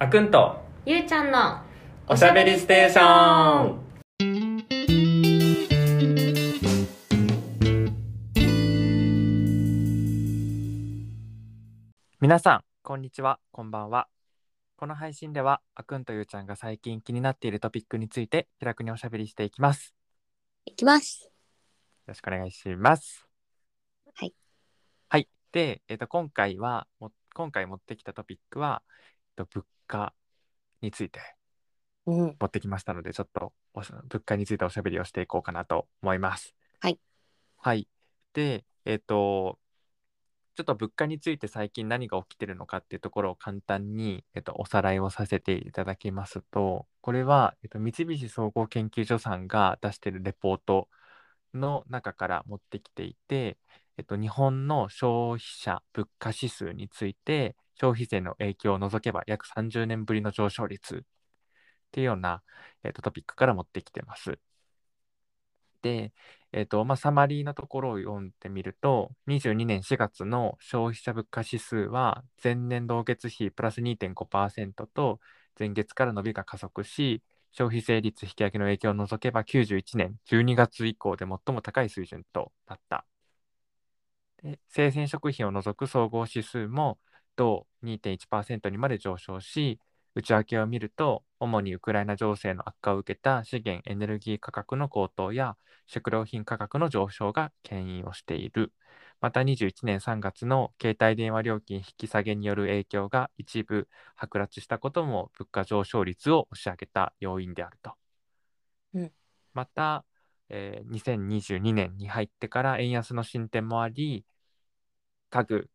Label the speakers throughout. Speaker 1: あくんと
Speaker 2: ゆうちゃんの
Speaker 1: おしゃべりステーション
Speaker 3: 皆さん、こんにちは、こんばんは。この配信では、あくんとゆうちゃんが最近気になっているトピックについて、気楽におしゃべりしていきます。
Speaker 2: いきます
Speaker 3: よろしくお願いします。
Speaker 2: はい。
Speaker 3: はい。で、えっ、と、今回は、も今回持ってきたトピックは、えっと、物価について
Speaker 2: うん
Speaker 3: 持ってきましたので、ちょっとおし物価についておしゃべりをしていこうかなと思います。
Speaker 2: はい。
Speaker 3: はい。で、えっ、と、ちょっと物価について最近何が起きてるのかっていうところを簡単に、えっと、おさらいをさせていただきますと、これは、えっと、三菱総合研究所さんが出しているレポートの中から持ってきていて、えっと、日本の消費者物価指数について、消費税の影響を除けば約30年ぶりの上昇率っていうような、えっと、トピックから持ってきてます。で、えっとまあ、サマリーのところを読んでみると、22年4月の消費者物価指数は、前年同月比プラス2.5%と、前月から伸びが加速し、消費税率引き上げの影響を除けば、91年12月以降で最も高い水準となった。で生鮮食品を除く総合指数も、同2.1%にまで上昇し、内訳を見ると、主にウクライナ情勢の悪化を受けた資源エネルギー価格の高騰や食料品価格の上昇が牽引をしている。また21年3月の携帯電話料金引き下げによる影響が一部剥奪したことも物価上昇率を押し上げた要因であると。
Speaker 2: うん
Speaker 3: また、えー2022年に入ってから円安の進展もあり、家具、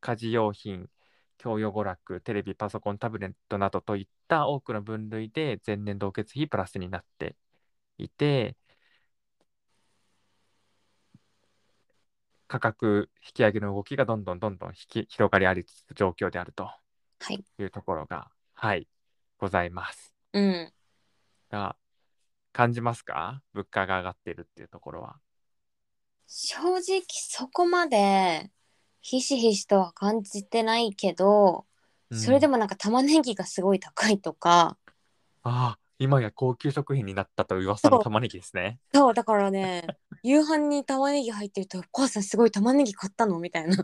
Speaker 3: 家事用品、教養娯楽、テレビ、パソコン、タブレットなどといった多くの分類で前年同月比プラスになっていて、価格引き上げの動きがどんどんどんどん引き広がりありつつ状況であると
Speaker 2: はい
Speaker 3: いうところが、はい、ございます。
Speaker 2: うん
Speaker 3: が、感じますか物価が上がってるっていうところは。
Speaker 2: 正直そこまでひしひしとは感じてないけど、それで
Speaker 3: も。
Speaker 2: もなんか玉ねぎがすごい高いとか
Speaker 3: ああ、今や高級食品になったという噂の
Speaker 2: そう
Speaker 3: 玉ねぎですね。
Speaker 2: そうだからね 夕飯に玉ねぎ入ってると「お母さんすごい玉ねぎ買ったの?」みたい な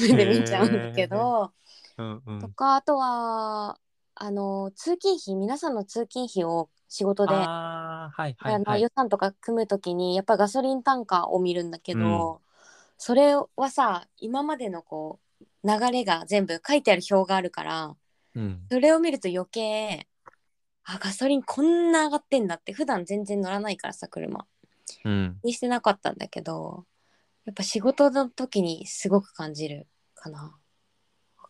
Speaker 2: 目で見ちゃうんだけど、
Speaker 3: うんうん
Speaker 2: と。かあとはあの通勤費皆さんの通勤費を仕事で
Speaker 3: ああ、はいは
Speaker 2: あ
Speaker 3: い、は
Speaker 2: の
Speaker 3: い
Speaker 2: 予。算とか組むときにやっぱガソリン単価を見るんだけど、それはさ今までのこう流れが全部書いてある表があるから
Speaker 3: うん。
Speaker 2: それを見ると余計あガソリンこんな上がってんだって普段全然乗らないからさ車
Speaker 3: うん。
Speaker 2: にしてなかったんだけどやっぱ仕事の時にすごく感じるかな。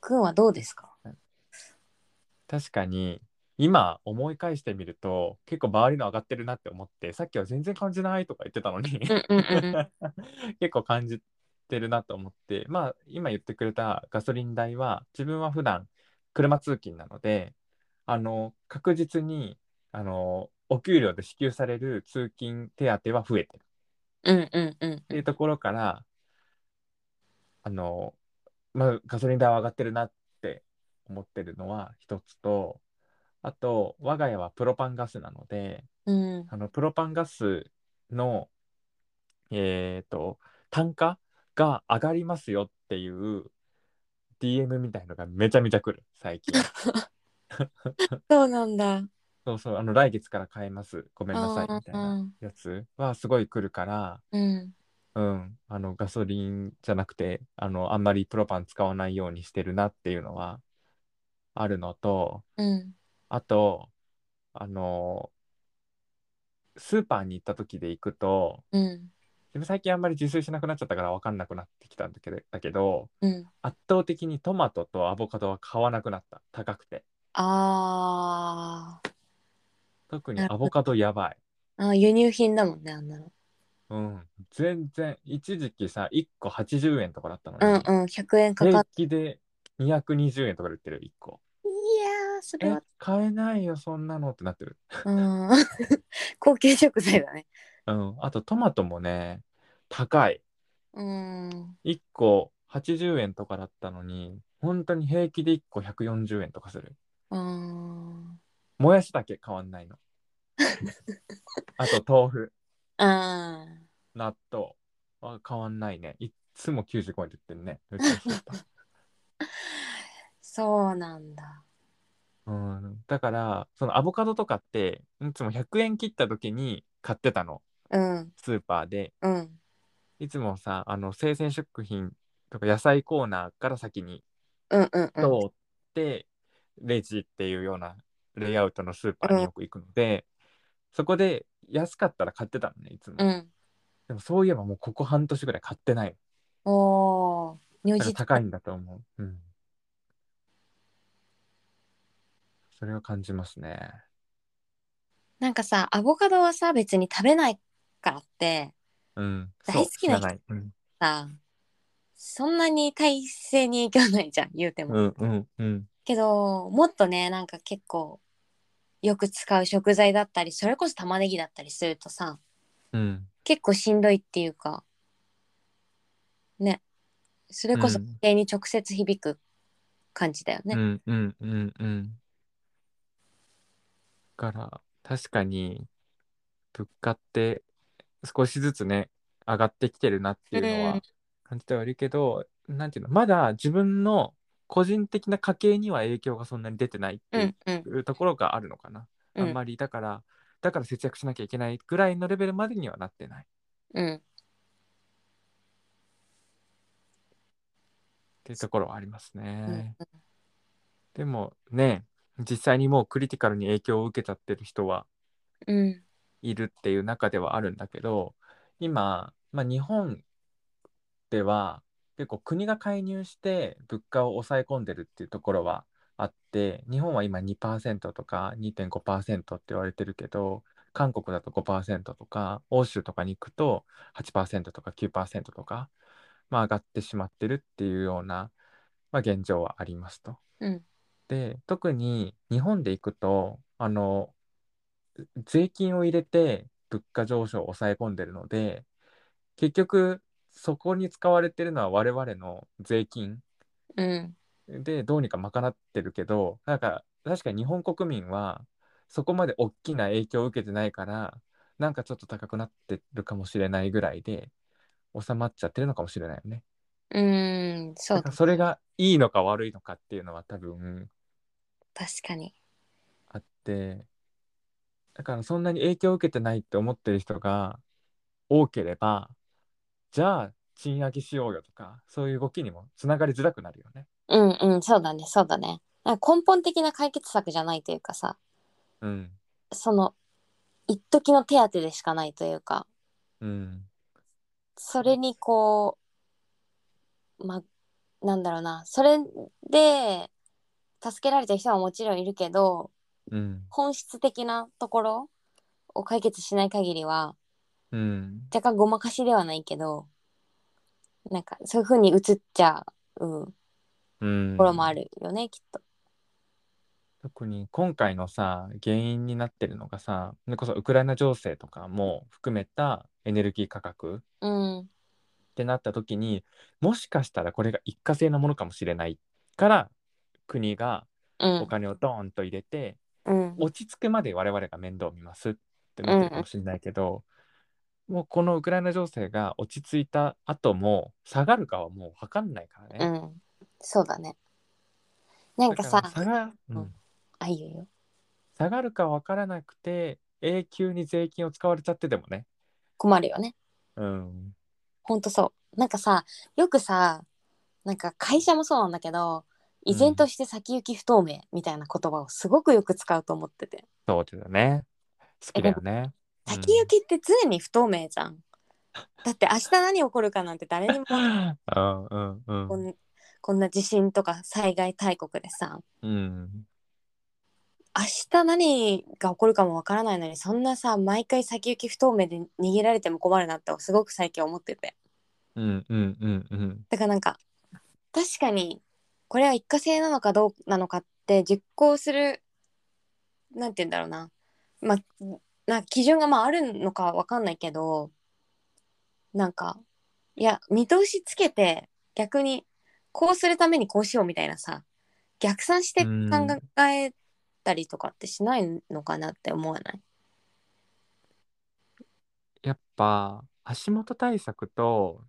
Speaker 2: くんはどうですか
Speaker 3: 確かに今思い返してみると結構周りの上がってるなって思ってさっきは全然感じないとか言ってたの に
Speaker 2: うんうんうん。
Speaker 3: 結構感じてるなと思ってまあ今言ってくれたガソリン代は自分は普段車通勤なのであの確実にあのお給料で支給される通勤手当は増えてる
Speaker 2: うんうんうん
Speaker 3: っていうところから、あの、まあ、ガソリン代は上がってるなって思ってるのは一つと、あと、我が家はプロパンガスなので、
Speaker 2: うん。
Speaker 3: あのプロパンガスの、えーと、単価が上がりますよっていう DM みたいのがめちゃめちゃ来る、最近。
Speaker 2: そうなんだ。
Speaker 3: そうそう、あの、来月から買えます。ごめんなさい、みたい
Speaker 2: あ
Speaker 3: な
Speaker 2: ー
Speaker 3: やつはすごい来るから、
Speaker 2: うん。
Speaker 3: うん、あのガソリンじゃなくてあのあんまりプロパン使わないようにしてるなっていうのはあるのと
Speaker 2: うん。
Speaker 3: あとあのスーパーに行った時で行くと
Speaker 2: うん。
Speaker 3: でも最近あんまり自炊しなくなっちゃったから分かんなくなってきたんだけどだけど
Speaker 2: うん。
Speaker 3: 圧倒的にトマトとアボカドは買わなくなった高くて
Speaker 2: あー
Speaker 3: 特に
Speaker 2: なる
Speaker 3: ア
Speaker 2: ほど
Speaker 3: ボカドやばい、
Speaker 2: あー、輸入品だもんね、あんなの。
Speaker 3: うん、全然一時期さ1個80円とかだったの
Speaker 2: うんう
Speaker 3: に
Speaker 2: ん、100円かか
Speaker 3: 平
Speaker 2: っ
Speaker 3: 気で220円とかで売ってる1個。
Speaker 2: いやー、それ
Speaker 3: え
Speaker 2: は、、
Speaker 3: 買えないよ、そんなのってなってる。
Speaker 2: うん、 高級食材だね。
Speaker 3: うん。あと、トマトもね、高い。
Speaker 2: うん、
Speaker 3: 1個80円とかだったのに、本当に平気で1個140円とかする。
Speaker 2: うん、
Speaker 3: もやしだけ変わんないの。あと豆腐、
Speaker 2: ああ。
Speaker 3: 納豆は変わんないね。いっつも95円って言ってるね。うちの人やっぱ
Speaker 2: そうなんだ。
Speaker 3: うん、だからそのアボカドとかっていつも100円切った時に買ってたの
Speaker 2: うん
Speaker 3: スーパーで
Speaker 2: うん
Speaker 3: いつもさあの生鮮食品とか野菜コーナーから先に
Speaker 2: うんうん
Speaker 3: 通
Speaker 2: うん。
Speaker 3: って、レジっていうようなレイアウトのスーパーによく行くので、そこで安かったら買ってたのねいつも、
Speaker 2: うん。
Speaker 3: でもそういえばもうここ半年ぐらい買ってない
Speaker 2: おお。如
Speaker 3: だから
Speaker 2: 実。
Speaker 3: 高いんだと思う、うん、それを感じますね
Speaker 2: なんかさ、アボカドはさ、別に食べないからって
Speaker 3: うん
Speaker 2: 大好きな人
Speaker 3: そう知らいうん
Speaker 2: さ、そんなに体勢に影響ないじゃん、言うても。
Speaker 3: うんうんうん
Speaker 2: けど、もっとね、なんか結構、よく使う食材だったり、それこそ玉ねぎだったりするとさ、
Speaker 3: うん
Speaker 2: 結構しんどいっていうか、ね、それこそ
Speaker 3: うん
Speaker 2: 家計に直接響く感じだよね。
Speaker 3: うんうんうんうんだから確かに物価って少しずつね上がってきてるなっていうの
Speaker 2: う
Speaker 3: は
Speaker 2: ん
Speaker 3: 感じてはいるけど、なんていうのまだ自分の個人的な家計には影響がそんなに出てないって
Speaker 2: う
Speaker 3: い
Speaker 2: んうん
Speaker 3: うところがあるのかな、
Speaker 2: う
Speaker 3: あん
Speaker 2: ん
Speaker 3: まりだからだから節約しなきゃいけないぐらいのレベルまでにはなってない
Speaker 2: うん
Speaker 3: っていうところはありますね。
Speaker 2: うん
Speaker 3: でもね実際にもうクリティカルに影響を受けちゃってる人は
Speaker 2: うん
Speaker 3: いるっていう中ではあるんだけど今、まあ、日本では結構国が介入して物価を抑え込んでるっていうところはあって日本は今2%とか2.5%って言われてるけど韓国だと5%とか欧州とかに行くと8%とか9%とか、まあ、上がってしまってるっていうような、まあ、現状はありますと。
Speaker 2: うん
Speaker 3: で特に日本で行くとあの税金を入れて物価上昇を抑え込んでるので結局そこに使われてるのは我々の税金
Speaker 2: うん
Speaker 3: でどうにか賄ってるけどなんか確かに日本国民はそこまで大きな影響を受けてないからなんかちょっと高くなってるかもしれないぐらいで収まっちゃってるのかもしれないよね。
Speaker 2: うんそ
Speaker 3: だ
Speaker 2: う
Speaker 3: か
Speaker 2: だ
Speaker 3: らそれがいいのか悪いのかっていうのは多分
Speaker 2: 確かに
Speaker 3: あってだからそんなに影響を受けてないって思ってる人が多ければじゃあ賃上げしようよとかそういう動きにもつながりづらくなるよね。
Speaker 2: うんうんそうだねそうだねなんか根本的な解決策じゃないというかさ
Speaker 3: うん
Speaker 2: その一時の手当てでしかないというか
Speaker 3: うん
Speaker 2: それにこうまなんだろうなそれで助けられた人はもちろんいるけど
Speaker 3: うん
Speaker 2: 本質的なところを解決しない限りは
Speaker 3: うん
Speaker 2: 若干ごまかしではないけどなんかそういう風に映っちゃう
Speaker 3: うん
Speaker 2: ところもあるよね、きっと。
Speaker 3: 特に今回のさ原因になってるのがさそれこそウクライナ情勢とかも含めたエネルギー価格
Speaker 2: うん
Speaker 3: ってなった時にもしかしたらこれが一過性のものかもしれないから国が
Speaker 2: う
Speaker 3: お
Speaker 2: ん
Speaker 3: 金をドーンと入れて、
Speaker 2: うん
Speaker 3: 落ち着くまで我々が面倒見ますってなってるかもしれないけど、もうこのウクライナ情勢が落ち着いた後も下がるかはもう分かんないから
Speaker 2: う
Speaker 3: ね。
Speaker 2: んそうだねなんか
Speaker 3: だ
Speaker 2: さ
Speaker 3: から下がうん
Speaker 2: うんあいいよいいよ
Speaker 3: 下がるか分からなくて永久に税金を使われちゃってでもね。
Speaker 2: 困るよね
Speaker 3: うん
Speaker 2: ほんとそうなんかさよくさなんか会社もそうなんだけど依然として先行き不透明みたいな言葉をすごくよく使うと思ってて、
Speaker 3: そうだよね。好きだよね。
Speaker 2: 先行きって常に不透明じゃんだって明日何起こるかなんて誰にも
Speaker 3: うんうんうん
Speaker 2: こ
Speaker 3: うん
Speaker 2: んこんな地震とか災害大国でさ
Speaker 3: うん
Speaker 2: 明日何が起こるかもわからないのにそんなさ毎回先行き不透明で逃げられても困るなってすごく最近思ってて
Speaker 3: うんうんうんうん
Speaker 2: だからなんか確かにこれは一過性なのかどうなのかって実行するなんて言うんだろうなまあな基準がまああるのかわかんないけどなんかいや見通しつけて逆にこうするためにこうしようみたいなさ逆算して考
Speaker 3: うん
Speaker 2: えったりとかってしないのかなって思わない
Speaker 3: やっぱ足元対策と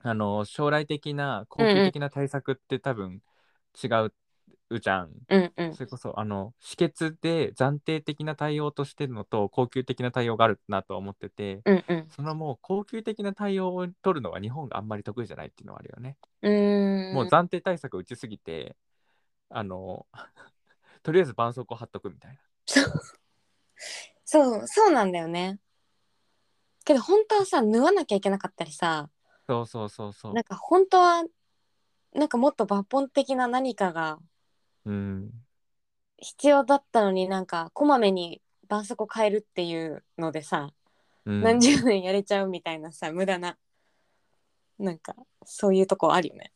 Speaker 3: あの将来的な恒久的な対策って多分違うじゃん。
Speaker 2: うんうん
Speaker 3: それこそあの止血で暫定的な対応としてるのと恒久的な対応があるなとは思ってて
Speaker 2: うんうん
Speaker 3: そのもう恒久的な対応を取るのは日本があんまり得意じゃないっていうのはあるよね。
Speaker 2: うーん
Speaker 3: もう暫定対策打ちすぎてあの とりあえず絆創膏貼っとくみたいな。
Speaker 2: そうそうなんだよねけど本当はさ縫わなきゃいけなかったりさ
Speaker 3: そうそうそうそう
Speaker 2: なん。か本当はなんかもっと抜本的な何かが
Speaker 3: うん、
Speaker 2: 必要だったのになんかこまめに絆創膏変えるっていうのでさ、
Speaker 3: うん
Speaker 2: 何十年やれちゃうみたいなさ無駄ななんかそういうとこあるよね。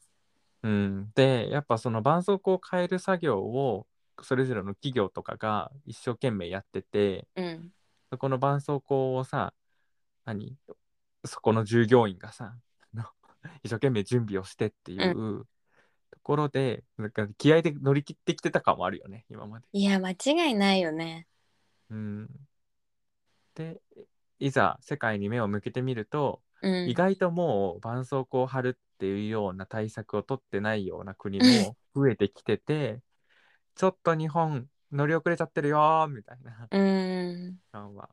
Speaker 3: うん、でやっぱその絆創膏を変える作業をそれぞれの企業とかが一生懸命やってて
Speaker 2: うん
Speaker 3: そこの絆創膏をさ何そこの従業員がさあの 一生懸命準備をしてっていうところで、なんか気合で乗り切ってきてた感もあるよね今まで。
Speaker 2: いや間違いないよね。
Speaker 3: うん、でいざ世界に目を向けてみると、
Speaker 2: うん、
Speaker 3: 意外ともう絆創膏を貼るっていうような対策を取ってないような国も増えてきててちょっと日本乗り遅れちゃってるよーみたいな
Speaker 2: うーん
Speaker 3: 感は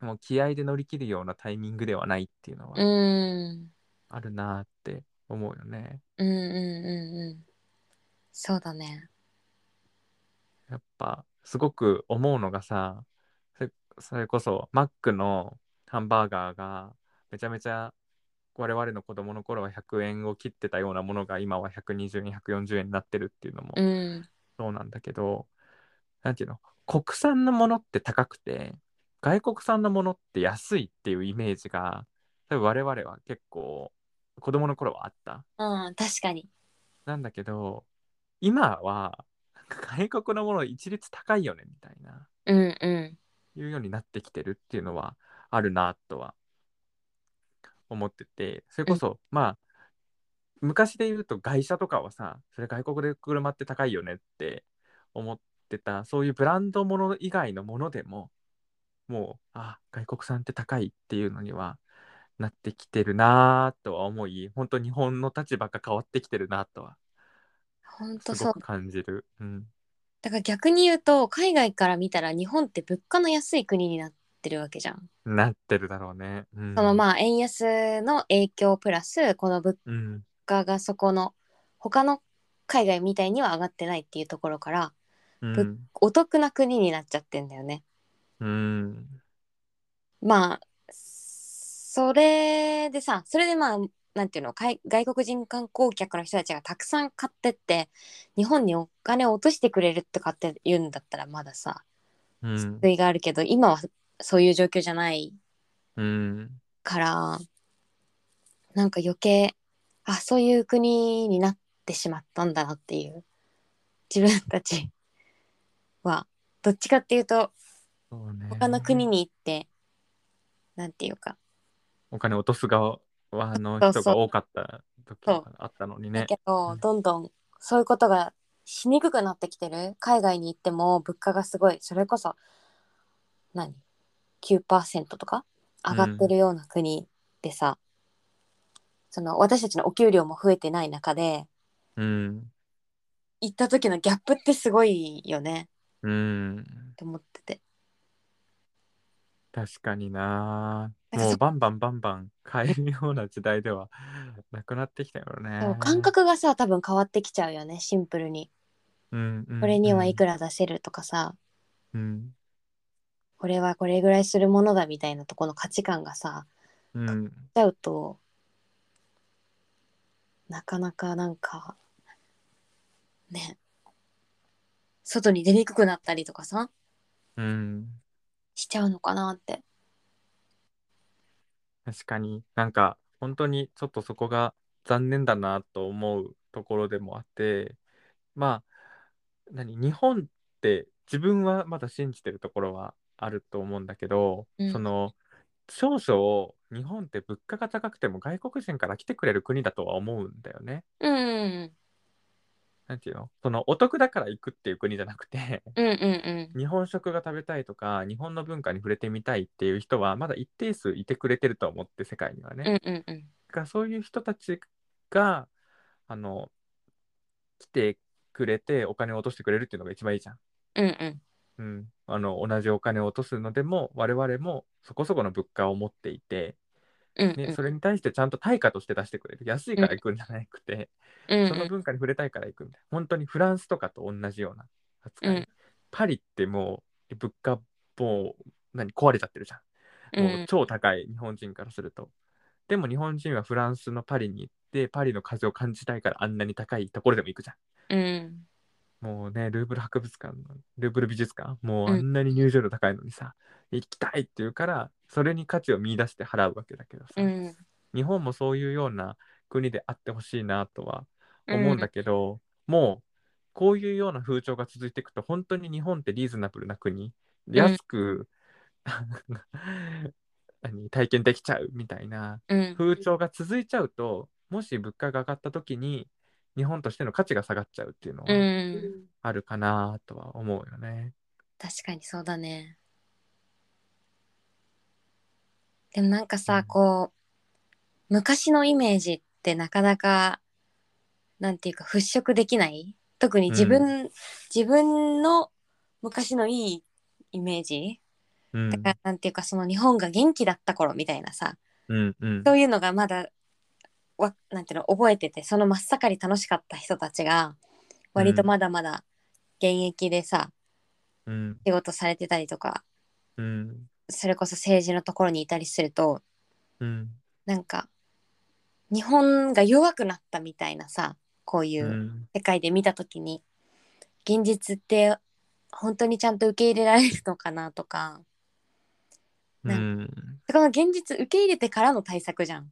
Speaker 3: もう気合で乗り切るようなタイミングではないっていうの
Speaker 2: う
Speaker 3: は
Speaker 2: ーん
Speaker 3: あるなーって思うよね。
Speaker 2: うんうんうんうんそうだね。
Speaker 3: やっぱすごく思うのがさそれそれこそマックのハンバーガーがめちゃめちゃ我々の子供の頃は100円を切ってたようなものが今は120円140円になってるっていうのも
Speaker 2: うん
Speaker 3: そうなんだけど、なんていうの、国産のものって高くて、外国産のものって安いっていうイメージが、多分我々は結構子供の頃はあった。
Speaker 2: あー確かに。
Speaker 3: なんだけど、今はなんか外国のもの一律高いよねみたいな、
Speaker 2: うんう
Speaker 3: いうようになってきてるっていうのはあるなとは思ってて、それこそ、まあ、昔で言うと外車とかはさ、それ外国で車って高いよねって思ってた、そういうブランドもの以外のものでも、もう、あ、外国産って高いっていうのにはなってきてるなぁとは思い、本当日本の立場が変わってきてるなぁとは、
Speaker 2: ん本当
Speaker 3: す
Speaker 2: そ
Speaker 3: ご
Speaker 2: う
Speaker 3: く感じる。うん。
Speaker 2: だから逆に言うと海外から見たら日本って物価の安い国になってるわけじゃん。
Speaker 3: なってるだろうね。うん。
Speaker 2: そのまあ円安の影響プラスこの物
Speaker 3: うん。
Speaker 2: 価がそこの他の海外みたいには上がってないっていうところから
Speaker 3: うん。
Speaker 2: お得な国になっちゃってんだよね。
Speaker 3: うん。
Speaker 2: まあそれでさそれでまあなんていうの海外国人観光客の人たちがたくさん買ってって日本にお金を落としてくれるとかって言うんだったらまださ
Speaker 3: うん
Speaker 2: 救いがあるけど今はそういう状況じゃない
Speaker 3: うん。
Speaker 2: からなんか余計あそういう国になってしまったんだなっていう自分たちはどっちかっていうと
Speaker 3: そうね
Speaker 2: 他の国に行ってなんていうか
Speaker 3: お金落とす側の
Speaker 2: そう
Speaker 3: 人
Speaker 2: そう
Speaker 3: が多かった時
Speaker 2: そう
Speaker 3: があったのに
Speaker 2: だ
Speaker 3: ね。
Speaker 2: けど、
Speaker 3: うん
Speaker 2: どんどんそういうことがしにくくなってきてる海外に行っても物価がすごいそれこそ何9%とか上がってるような国でさ、その私たちのお給料も増えてない中で
Speaker 3: うん。
Speaker 2: 行った時のギャップってすごいよね
Speaker 3: うん。
Speaker 2: と思ってて
Speaker 3: 確かにな。
Speaker 2: なんかそ
Speaker 3: もうバンバンバンバン買えるような時代ではなくなってきたよ
Speaker 2: で
Speaker 3: ね
Speaker 2: も。感覚がさ多分変わってきちゃうよねシンプルに
Speaker 3: うん、うん。
Speaker 2: これにはいく
Speaker 3: ら。
Speaker 2: ら出せるとかさ
Speaker 3: うん。
Speaker 2: これはこれぐらいするものだみたいなとこの価値観がさ
Speaker 3: うん。
Speaker 2: ちゃうとなかなかなんかね外に出にくくなったりとかさ
Speaker 3: うん。
Speaker 2: しちゃうのかなって
Speaker 3: 確かになんか本当にちょっとそこが残念だなと思うところでもあってまあ何日本って自分はまだ信じてるところはあると思うんだけど、
Speaker 2: うん
Speaker 3: その少々日本って物価が高くても外国人から来てくれる国だとは思うんだよね。
Speaker 2: うん
Speaker 3: なんていうのそのお得だから行くっていう国じゃなくて
Speaker 2: うんうんうん
Speaker 3: 日本食が食べたいとか日本の文化に触れてみたいっていう人はまだ一定数いてくれてると思って世界にはね、
Speaker 2: うんうんうん
Speaker 3: がそういう人たちがあの来てくれてお金を落としてくれるっていうのが一番いいじゃん。
Speaker 2: うんうん
Speaker 3: うん、あの同じお金を落とすのでも我々もそこそこの物価を持っていて、
Speaker 2: うん
Speaker 3: ね、それに対してちゃんと対価として出してくれる安いから行くんじゃなくて、
Speaker 2: うんうん
Speaker 3: その文化に触れたいから行くみたいな本当にフランスとかと同じような扱い、
Speaker 2: うん
Speaker 3: パリってもう物価もう何壊れちゃってるじゃんもう超高い日本人からすると。でも日本人はフランスのパリに行ってパリの風を感じたいからあんなに高いところでも行くじゃ
Speaker 2: う
Speaker 3: ん。
Speaker 2: ん
Speaker 3: もうねルーブル博物館のルーブル美術館もう
Speaker 2: うん
Speaker 3: あんなに入場料高いのにさ、行きたいって言うからそれに価値を見出して払うわけだけどさ、
Speaker 2: うん
Speaker 3: 日本もそういうような国であってほしいなとは思うんだけど、もうこういうような風潮が続いていくと本当に日本ってリーズナブルな国で安く、 何体験できちゃうみたいな
Speaker 2: うん
Speaker 3: 風潮が続いちゃうともし物価が上がった時に日本としての価値が下がっちゃうっていうの
Speaker 2: う
Speaker 3: は
Speaker 2: ん
Speaker 3: あるかなとは思うよね。
Speaker 2: 確かにそうだねでもなんかさ、
Speaker 3: うん
Speaker 2: こう昔のイメージってなかなかなんていうか払拭できない特に自分、自分の昔のいいイメージ
Speaker 3: うん
Speaker 2: だからなんていうかその日本が元気だった頃みたいなさ
Speaker 3: うんうん
Speaker 2: そういうのがまだわなんていうの覚えててその真っ盛り楽しかった人たちが割とまだまだ現役でさ、
Speaker 3: うん
Speaker 2: 仕事されてたりとか
Speaker 3: うん
Speaker 2: それこそ政治のところにいたりすると
Speaker 3: うん
Speaker 2: なんか日本が弱くなったみたいなさこういうううん世界で見た時に、現実って本当にちゃんと受け入れられるのかなとか
Speaker 3: うん
Speaker 2: そこの現実受け入れてからの対策じゃん。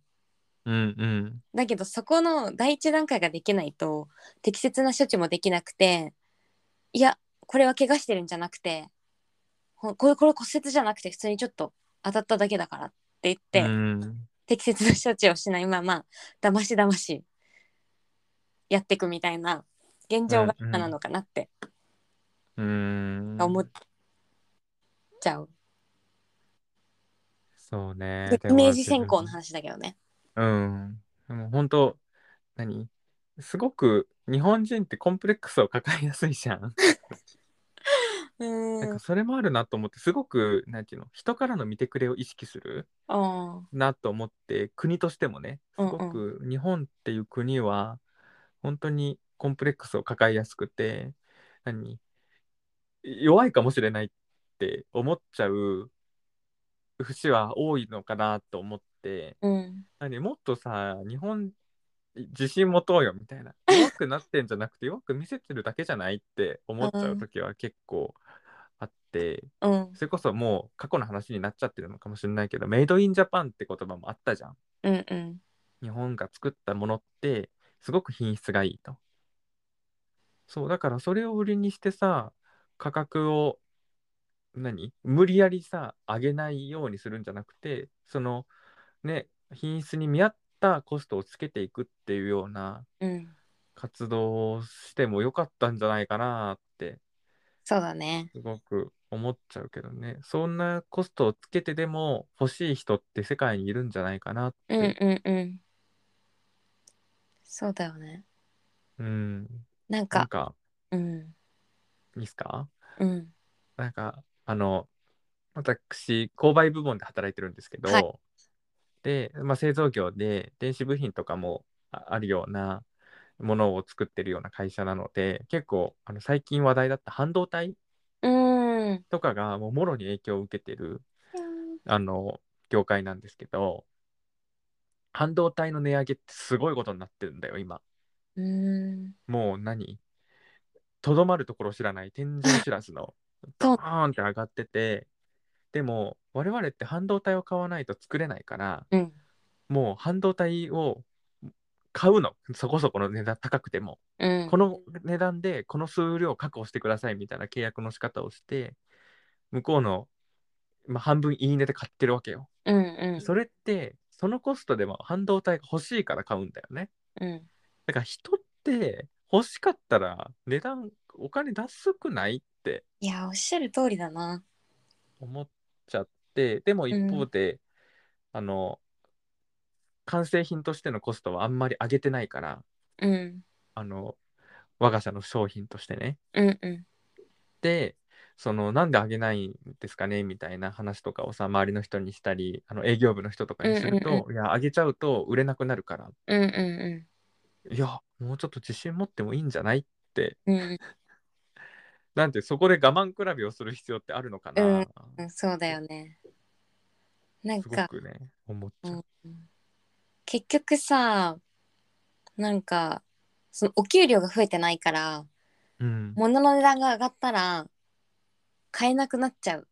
Speaker 3: うんうん
Speaker 2: だけどそこの第一段階ができないと適切な処置もできなくていやこれは怪我してるんじゃなくてほこれこれ骨折じゃなくて普通にちょっと当たっただけだからって言って。
Speaker 3: うん
Speaker 2: 適切な処置をしないままだましだましやっていくみたいな現状が
Speaker 3: うんうん
Speaker 2: なのかなって
Speaker 3: うん
Speaker 2: 思っちゃう、
Speaker 3: そうね。
Speaker 2: で
Speaker 3: で
Speaker 2: イ
Speaker 3: も
Speaker 2: メージ先行の
Speaker 3: 自
Speaker 2: 話だけどね
Speaker 3: 分うん。でも本当、何すごく日本人ってコンプレックスを抱えやすいじゃん。
Speaker 2: う
Speaker 3: なん
Speaker 2: ーん
Speaker 3: かそれもあるなと思って、すごく、なんていうの、人からの見てくれを意識する
Speaker 2: あ
Speaker 3: なと思って、国としてもね、すごく日本っていう国は、本当にコンプレックスを抱えやすくて、何弱いかもしれないって思っちゃう節は多いのかなと思って、
Speaker 2: ーうん
Speaker 3: 何もっとさ日本自信持とうよみたいな弱くなってんじゃなくて弱く見せてるだけじゃないって思っちゃう時は結構あって、
Speaker 2: うん
Speaker 3: それこそもう過去の話になっちゃってるのかもしれないけどメイドインジャパンって言葉もあったじゃん
Speaker 2: うんうん
Speaker 3: 日本が作ったものってすごく品質がいいとそうだからそれを売りにしてさ価格を何無理やりさ上げないようにするんじゃなくてそのね品質に見合ったコストをつけていくっていうような
Speaker 2: うん
Speaker 3: 活動をしてもよかったんじゃないかなって
Speaker 2: そうだね
Speaker 3: すごく思っちゃうけどねそんなコストをつけてでも欲しい人って世界にいるんじゃないかなっ
Speaker 2: うん
Speaker 3: て、
Speaker 2: うんうんそうだよね
Speaker 3: うん、
Speaker 2: なん
Speaker 3: なん
Speaker 2: か
Speaker 3: か
Speaker 2: うん
Speaker 3: いいっすか
Speaker 2: うん
Speaker 3: なんかあの私購買部門で働いてるんですけど、
Speaker 2: はい
Speaker 3: で、まあ、製造業で電子部品とかもああるようなものを作ってるような会社なので結構あの最近話題だった半導体
Speaker 2: うーん
Speaker 3: とかがもうもろに影響を受けてるあの業界なんですけど半導体の値上げってすごいことになってるんだよ今
Speaker 2: うーん
Speaker 3: もう何とどまるところ知らない天井知らずの
Speaker 2: そ
Speaker 3: ド
Speaker 2: う
Speaker 3: ーンって上がっててでも我々って半導体を買わないと作れないから
Speaker 2: うん
Speaker 3: もう半導体を買うのそこそこの値段高くても
Speaker 2: うん
Speaker 3: この値段でこの数量を確保してくださいみたいな契約の仕方をして向こうの、まあ、半分いい値で買ってるわけよ
Speaker 2: うんうん
Speaker 3: それってそのコストでも半導体が欲しいから買うんだよね
Speaker 2: うん
Speaker 3: だから人って欲しかったら値段お金安くないって
Speaker 2: いやおっしゃる通りだな
Speaker 3: 思っちゃってでも一方で、あの完成品としてのコストはあんまり上げてないから
Speaker 2: うん
Speaker 3: あの我が社の商品としてね。
Speaker 2: うんうん
Speaker 3: でそのなんで上げないんですかねみたいな話とかをさ周りの人にしたりあの営業部の人とかにすると、
Speaker 2: うん
Speaker 3: いや上げちゃうと売れなくなるから
Speaker 2: うんう
Speaker 3: いやもうちょっと自信持ってもいいんじゃないって
Speaker 2: んうん
Speaker 3: なんてそこで我慢比べをする必要ってあるのかな、
Speaker 2: うんうんそうだよねなん
Speaker 3: すご
Speaker 2: か
Speaker 3: くね思っちゃう。
Speaker 2: 結局さなんかそのお給料が増えてないから
Speaker 3: うん
Speaker 2: 物の値段が上がったら買えなくなっちゃうっ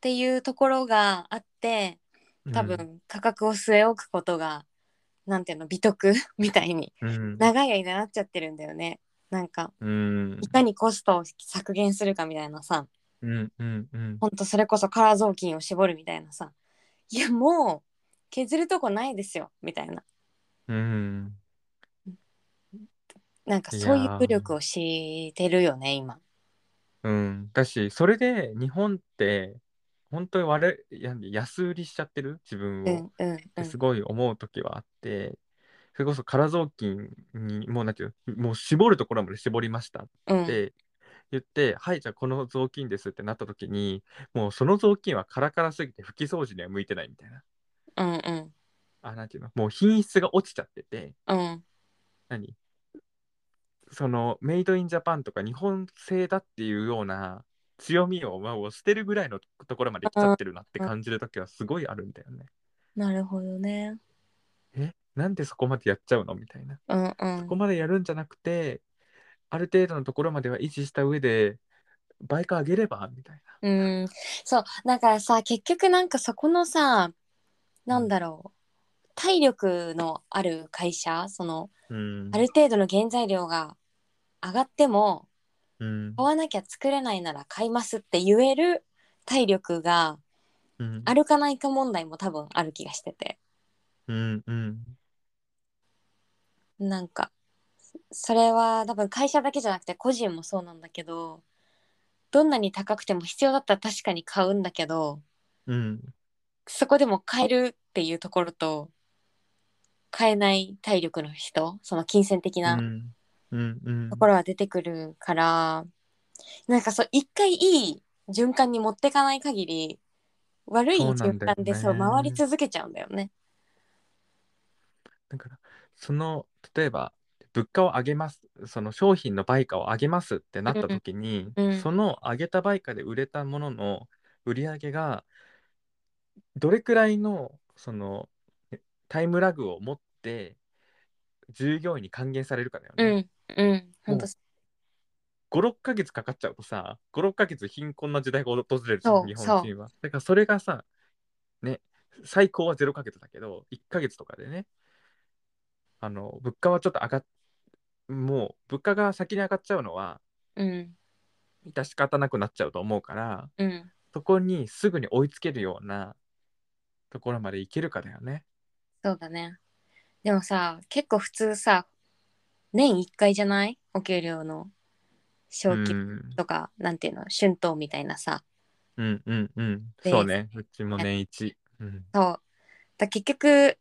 Speaker 2: ていうところがあって多、分価格を据え置くことが、なんていうの美徳 みたいに
Speaker 3: うん
Speaker 2: 長い間なっちゃってるんだよねなんか
Speaker 3: うん
Speaker 2: いかにコストを削減するかみたいなさ
Speaker 3: うんうんうん
Speaker 2: ほんとそれこそカラー雑巾を絞るみたいなさいやもう削るとこないですよみたいな
Speaker 3: うん
Speaker 2: なんか
Speaker 3: いやー
Speaker 2: そういう努力をしてるよね今
Speaker 3: うんだしそれで日本って本当に悪いや安売りしちゃってる自分を、
Speaker 2: うんうんう
Speaker 3: っ
Speaker 2: ん
Speaker 3: てすごい思う時はあって、それこそ空雑巾にもうなんていうのもう絞るところまで絞りましたっ
Speaker 2: うん
Speaker 3: て言って、はいじゃあこの雑巾ですってなった時にもうその雑巾はカラカラすぎて拭き掃除には向いてないみたいな
Speaker 2: うんうん
Speaker 3: あなんていうのもう品質が落ちちゃってて
Speaker 2: うん
Speaker 3: 何そのメイドインジャパンとか日本製だっていうような強みをまあ捨てるぐらいのところまで来ちゃってるなって感じる時はすごいあるんだよね。
Speaker 2: なるほどね
Speaker 3: えなんでそこまでやっちゃうのみたいな。
Speaker 2: うんう
Speaker 3: そ
Speaker 2: ん
Speaker 3: こまでやるんじゃなくてある程度のところまでは維持した上で倍か上げればみたい
Speaker 2: うんそうだからさ結局なんかそこのさなんだろう体力のある会社その
Speaker 3: な。うん
Speaker 2: ある程度の原材料が上がっても
Speaker 3: うん
Speaker 2: 買わなきゃ作れないなら買いますって言える体力が
Speaker 3: うん
Speaker 2: あるかないか問題も多分ある気がしてて
Speaker 3: うんうん
Speaker 2: なんかそれは多分会社だけじゃなくて個人もそうなんだけどどんなに高くても必要だったら確かに買うんだけど
Speaker 3: うん
Speaker 2: そこでも買えるっていうところと買えない体力の人その金銭的
Speaker 3: う
Speaker 2: なん
Speaker 3: うんうん
Speaker 2: ところは出てくるから、なんかそう一回いい循環に持ってかない限り悪い
Speaker 3: そうなん
Speaker 2: 循
Speaker 3: だよね
Speaker 2: 環でそう回り続けちゃうんだよね。
Speaker 3: だからその例えば物価を上げますその商品の売価を上げますってなった時に、
Speaker 2: うんうん
Speaker 3: その上げた売価で売れたものの売り上げがどれくらいのそのタイムラグを持って従業員に還元されるかだよ
Speaker 2: う
Speaker 3: ね。
Speaker 2: んうん本当
Speaker 3: も56ヶ月かかっちゃうとさ56ヶ月貧困な時代が訪れるじゃん
Speaker 2: そう
Speaker 3: 日本人はだからそれがさね最高は0ヶ月だけど1ヶ月とかでねあの物価はちょっと上がっもう物価が先に上がっちゃうのは
Speaker 2: うん
Speaker 3: 致し方なくなっちゃうと思うから
Speaker 2: うん
Speaker 3: そこにすぐに追いつけるようなところまでいけるかだよね
Speaker 2: そうだね。でもさ結構普通さ年1回じゃないお給料の
Speaker 3: う
Speaker 2: 昇給
Speaker 3: ん
Speaker 2: とか、なんていうの春闘みたいなさ
Speaker 3: うんうんうん
Speaker 2: で
Speaker 3: そうねうちも年一うん
Speaker 2: そう。だ結局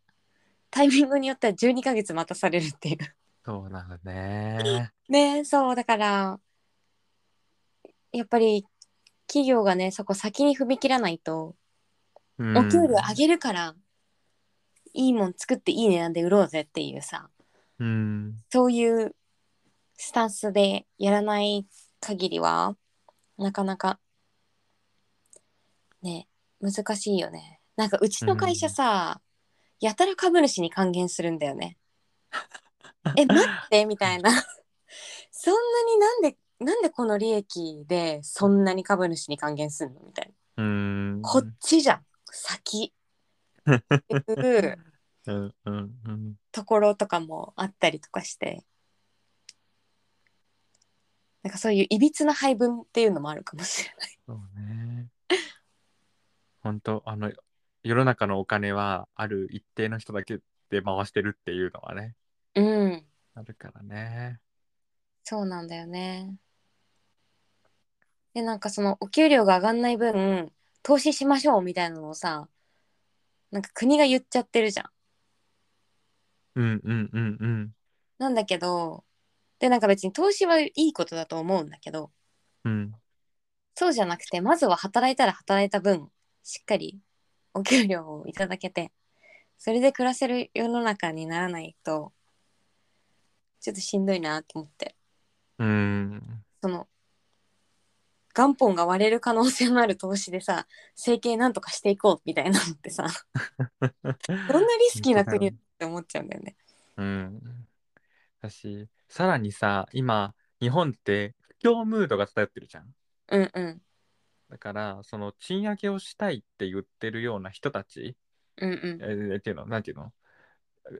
Speaker 2: タイミングによっては12ヶ月待たされるっていう。
Speaker 3: そうなのね
Speaker 2: ねそうだからやっぱり企業がねそこ先に踏み切らないと、
Speaker 3: お
Speaker 2: お給料上げるからいいもん作っていい値段で売ろうぜっていうさ
Speaker 3: うん
Speaker 2: そういうスタンスでやらない限りはなかなかね難しいよね。なんかうちの会社さ、やたら株主に還元するんだよね。え待ってみたいなそんなになんでなんでこの利益でそんなに株主に還元するのみたいな、
Speaker 3: うーん。
Speaker 2: こっちじゃん先っていう
Speaker 3: うんうんうん。
Speaker 2: ところとかもあったりとかしてなんかそういういびつな配分っていうのもあるかもしれない。
Speaker 3: そうね。本当あの世の中のお金はある一定の人だけで回してるっていうのはね
Speaker 2: うん、
Speaker 3: あるからね。
Speaker 2: そうなんだよね。でなんかそのお給料が上がんない分投資しましょうみたいなのをさなんか国が言っちゃってるじゃん。
Speaker 3: うんうんうんうん
Speaker 2: なんだけどでなんか別に投資はいいことだと思うんだけど
Speaker 3: うん
Speaker 2: そうじゃなくてまずは働いたら働いた分しっかりお給料をいただけてそれで暮らせる世の中にならないとちょっとしんどいなと思って
Speaker 3: うん
Speaker 2: その元本が割れる可能性のある投資でさ生計なんとかしていこうみたいなのってさどんなリスキーな国って思っちゃうんだよね。
Speaker 3: うんだしさらにさ今日本って不況ムードが漂ってるじゃん
Speaker 2: うんうん
Speaker 3: だからその賃上げをしたいって言ってるような人たち
Speaker 2: うんうん
Speaker 3: えーっていうのなんていうの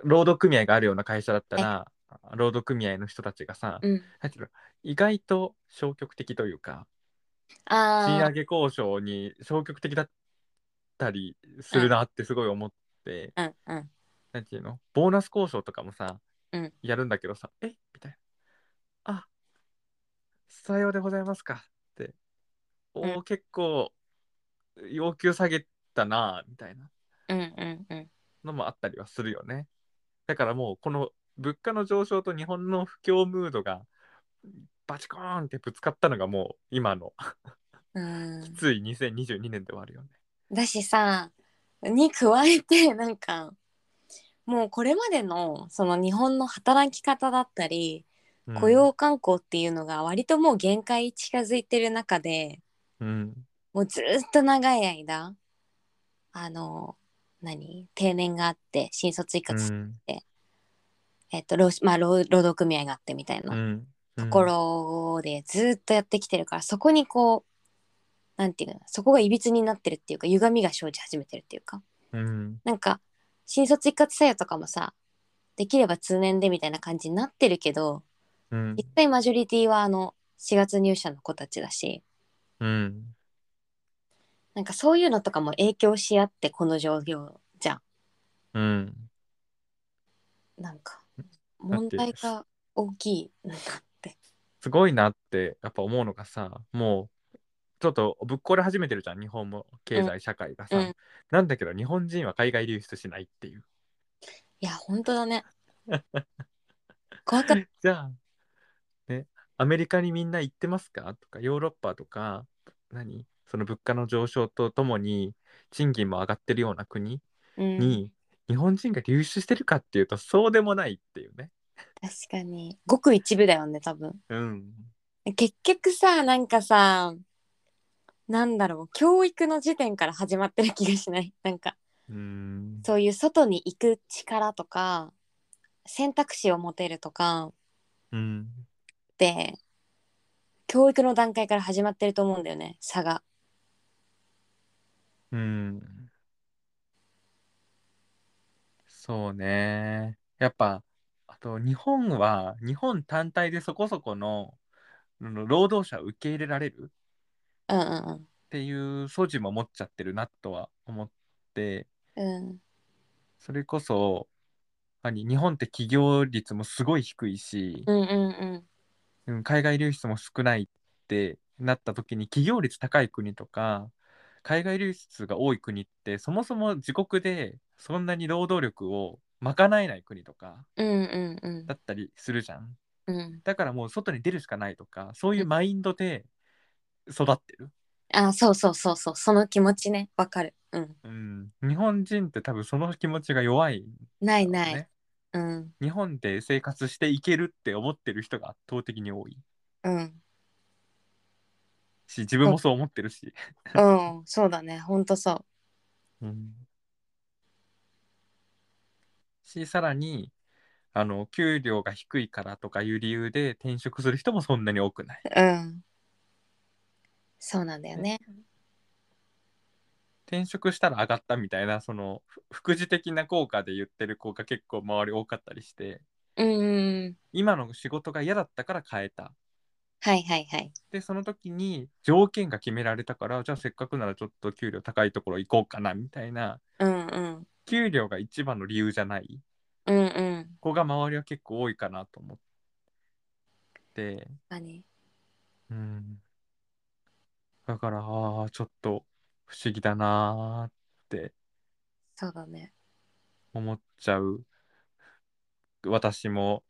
Speaker 3: 労働組合があるような会社だったら労働組合の人たちがさ、
Speaker 2: うん
Speaker 3: なんていうの意外と消極的というか賃
Speaker 2: あ
Speaker 3: 上
Speaker 2: あ
Speaker 3: げ交渉に消極的だったりするなってすごい思って、
Speaker 2: うんうん
Speaker 3: なんていうのボーナス交渉とかもさ、
Speaker 2: うん
Speaker 3: やるんだけどさ「えみたいな「あさようでございますか」って「おお、
Speaker 2: う
Speaker 3: 結構要求下げたな」みたいな
Speaker 2: うんうんうん
Speaker 3: のもあったりはするよねだからもうこの物価の上昇と日本の不況ムードがバチコーンってぶつかったのがもう今の
Speaker 2: うん
Speaker 3: きつい2022年ではあるよね。
Speaker 2: だしさに加えてなんかもうこれまでのその日本の働き方だったり
Speaker 3: うん
Speaker 2: 雇用慣行っていうのが割ともう限界に近づいてる中で
Speaker 3: うん
Speaker 2: もうずーっと長い間あの何定年があって新卒一
Speaker 3: う
Speaker 2: 括、
Speaker 3: ん
Speaker 2: えっと労,、まあ、労労働組合があってみたいな
Speaker 3: うん
Speaker 2: ところでずーっとやってきてるから、そこにこうなんていうのそこがいびつになってるっていうか歪みが生じ始めてるっていうか。
Speaker 3: うん
Speaker 2: なんか新卒一括採用とかもさできれば通年でみたいな感じになってるけど
Speaker 3: うん
Speaker 2: 実際マジョリティはあの4月入社の子たちだし
Speaker 3: うん
Speaker 2: なんかそういうのとかも影響し合ってこの状況じゃ
Speaker 3: うん
Speaker 2: んなんか問題が大きいなって
Speaker 3: すごいなってやっぱ思うのがさもうちょっとぶっ壊れ始めてるじゃん日本も経済社会がさ、
Speaker 2: うん
Speaker 3: なんだけど日本人は海外流出しないっていう
Speaker 2: いや本当だ ね怖かっ
Speaker 3: じゃあねアメリカにみんな行ってますかとかヨーロッパとか何その物価の上昇とともに賃金も上がってるような国
Speaker 2: た、うん、
Speaker 3: に、日本人が流出してるかっていうとそうでもないっていうね
Speaker 2: 確かにごく一部だよね多分
Speaker 3: うん
Speaker 2: 結局さなんかさなんだろう教育の時点から始まってる気がしないなんか
Speaker 3: うん
Speaker 2: そういう外に行く力とか選択肢を持てるとか
Speaker 3: うん
Speaker 2: って教育の段階から始まってると思うんだよね差が。
Speaker 3: うん。そうね。やっぱ、あと日本は、日本単体でそこそこの、あの労働者を受け入れられる
Speaker 2: うんうん
Speaker 3: っていう素地も持っちゃってるなとは思って、
Speaker 2: うん
Speaker 3: それこそ、何日本って企業率もすごい低いし、
Speaker 2: うんうんうん
Speaker 3: うん海外流出も少ないってなった時に企業率高い国とか海外流出が多い国ってそもそも自国でそんなに労働力を賄えない国とか
Speaker 2: うんうんうん
Speaker 3: だったりするじゃん
Speaker 2: うん
Speaker 3: だからもう外に出るしかないとかそういうマインドで育ってる、
Speaker 2: あそうそうそうそうその気持ちねわかるうん
Speaker 3: うん、日本人って多分その気持ちが弱いん
Speaker 2: な
Speaker 3: だ
Speaker 2: い
Speaker 3: ろうね
Speaker 2: ない、うん
Speaker 3: 日本で生活していけるって思ってる人が圧倒的に多い
Speaker 2: うん
Speaker 3: し自分もそう思ってるし、
Speaker 2: うんそうだねほんとそ
Speaker 3: うんしさらにあの給料が低いからとかいう理由で転職する人もそんなに多くない。
Speaker 2: ううんそうなんだよね
Speaker 3: 転職したら上がったみたいなそのふ副次的な効果で言ってる子が結構周り多かったりして
Speaker 2: うんうんうん
Speaker 3: 今の仕事が嫌だったから変えた。
Speaker 2: はいはいはい
Speaker 3: でその時に条件が決められたからじゃあせっかくならちょっと給料高いところ行こうかなみたいな
Speaker 2: うんうん
Speaker 3: 給料が一番の理由じゃない
Speaker 2: うんうん
Speaker 3: 子が周りは結構多いかなと思って、
Speaker 2: あね
Speaker 3: うん、だからああちょっと不思議だなーって
Speaker 2: そうだね
Speaker 3: 思っちゃう私も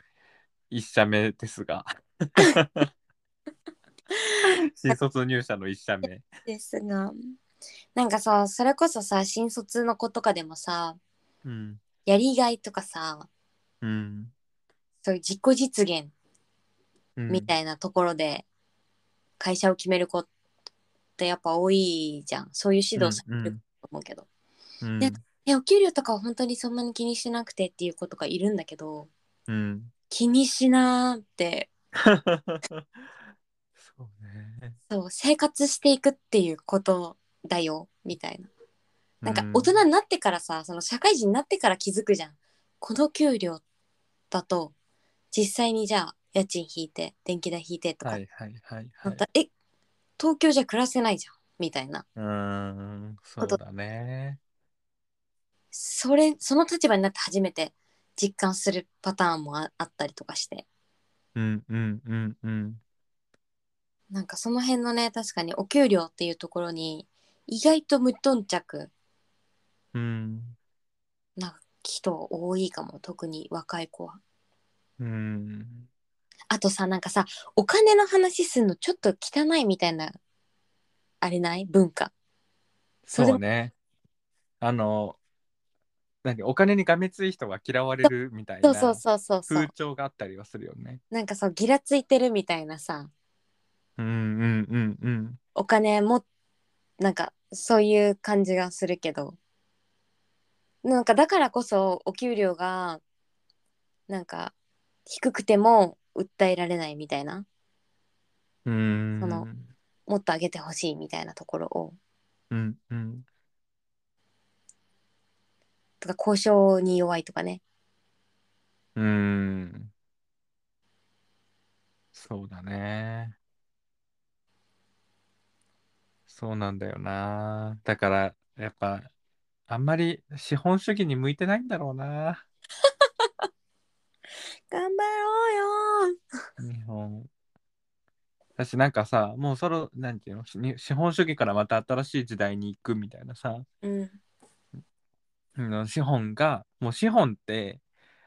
Speaker 3: 一社目です が新卒入社の一社目
Speaker 2: ですがなんかさそれこそさ新卒の子とかでもさ
Speaker 3: うん
Speaker 2: やりがいとかさ
Speaker 3: うん、
Speaker 2: そういう自己実現
Speaker 3: うん、
Speaker 2: みたいなところで会社を決める子ってやっぱ多いじゃんそういう指導されてると思うけど、
Speaker 3: うん
Speaker 2: ねえお給料とかは本当にそんなに気にしなくてっていう子とかいるんだけど
Speaker 3: うん
Speaker 2: 気にしなーって
Speaker 3: そうね
Speaker 2: そう生活していくっていうことだよみたいななんか
Speaker 3: う
Speaker 2: 大人になってからさ、その社会人になってから気づくじゃんこの給料だと実際にじゃあ家賃引いて電気代引いてとか、
Speaker 3: はいはいはいは
Speaker 2: ないったえ東京じゃ暮らせないじゃんみたいな
Speaker 3: うーんそうだね
Speaker 2: それその立場になって初めて実感するパターンもああったりとかして
Speaker 3: うんうんうんうん
Speaker 2: なんかその辺のね確かにお給料っていうところに意外と無頓着
Speaker 3: うん
Speaker 2: な人多いかも特に若い子は。
Speaker 3: うん
Speaker 2: あとさなんかさお金の話すんのちょっと汚いみたいなあれない文化。それで
Speaker 3: そ
Speaker 2: も
Speaker 3: うねあの何お金にがめつい人が嫌われるみたい
Speaker 2: そ
Speaker 3: な
Speaker 2: うそうそうそうそう
Speaker 3: 風潮があったりはするよね
Speaker 2: なんかさギラついてるみたいなさ
Speaker 3: うんうんうんうん
Speaker 2: お金もなんかそういう感じがするけどなんかだからこそお給料がなんか低くても訴えられないみたいな
Speaker 3: うーん
Speaker 2: そのもっと上げてほしいみたいなところを
Speaker 3: うんうん
Speaker 2: とか交渉に弱いとかね
Speaker 3: うーんそうだねそうなんだよなだからやっぱあんまり資本主義に向いてないんだろうな
Speaker 2: 頑張ろうよ
Speaker 3: 日本だしなんかさもうそろなんていうのしに資本主義からまた新しい時代に行くみたいなさ
Speaker 2: うん
Speaker 3: うん資本がもう資本って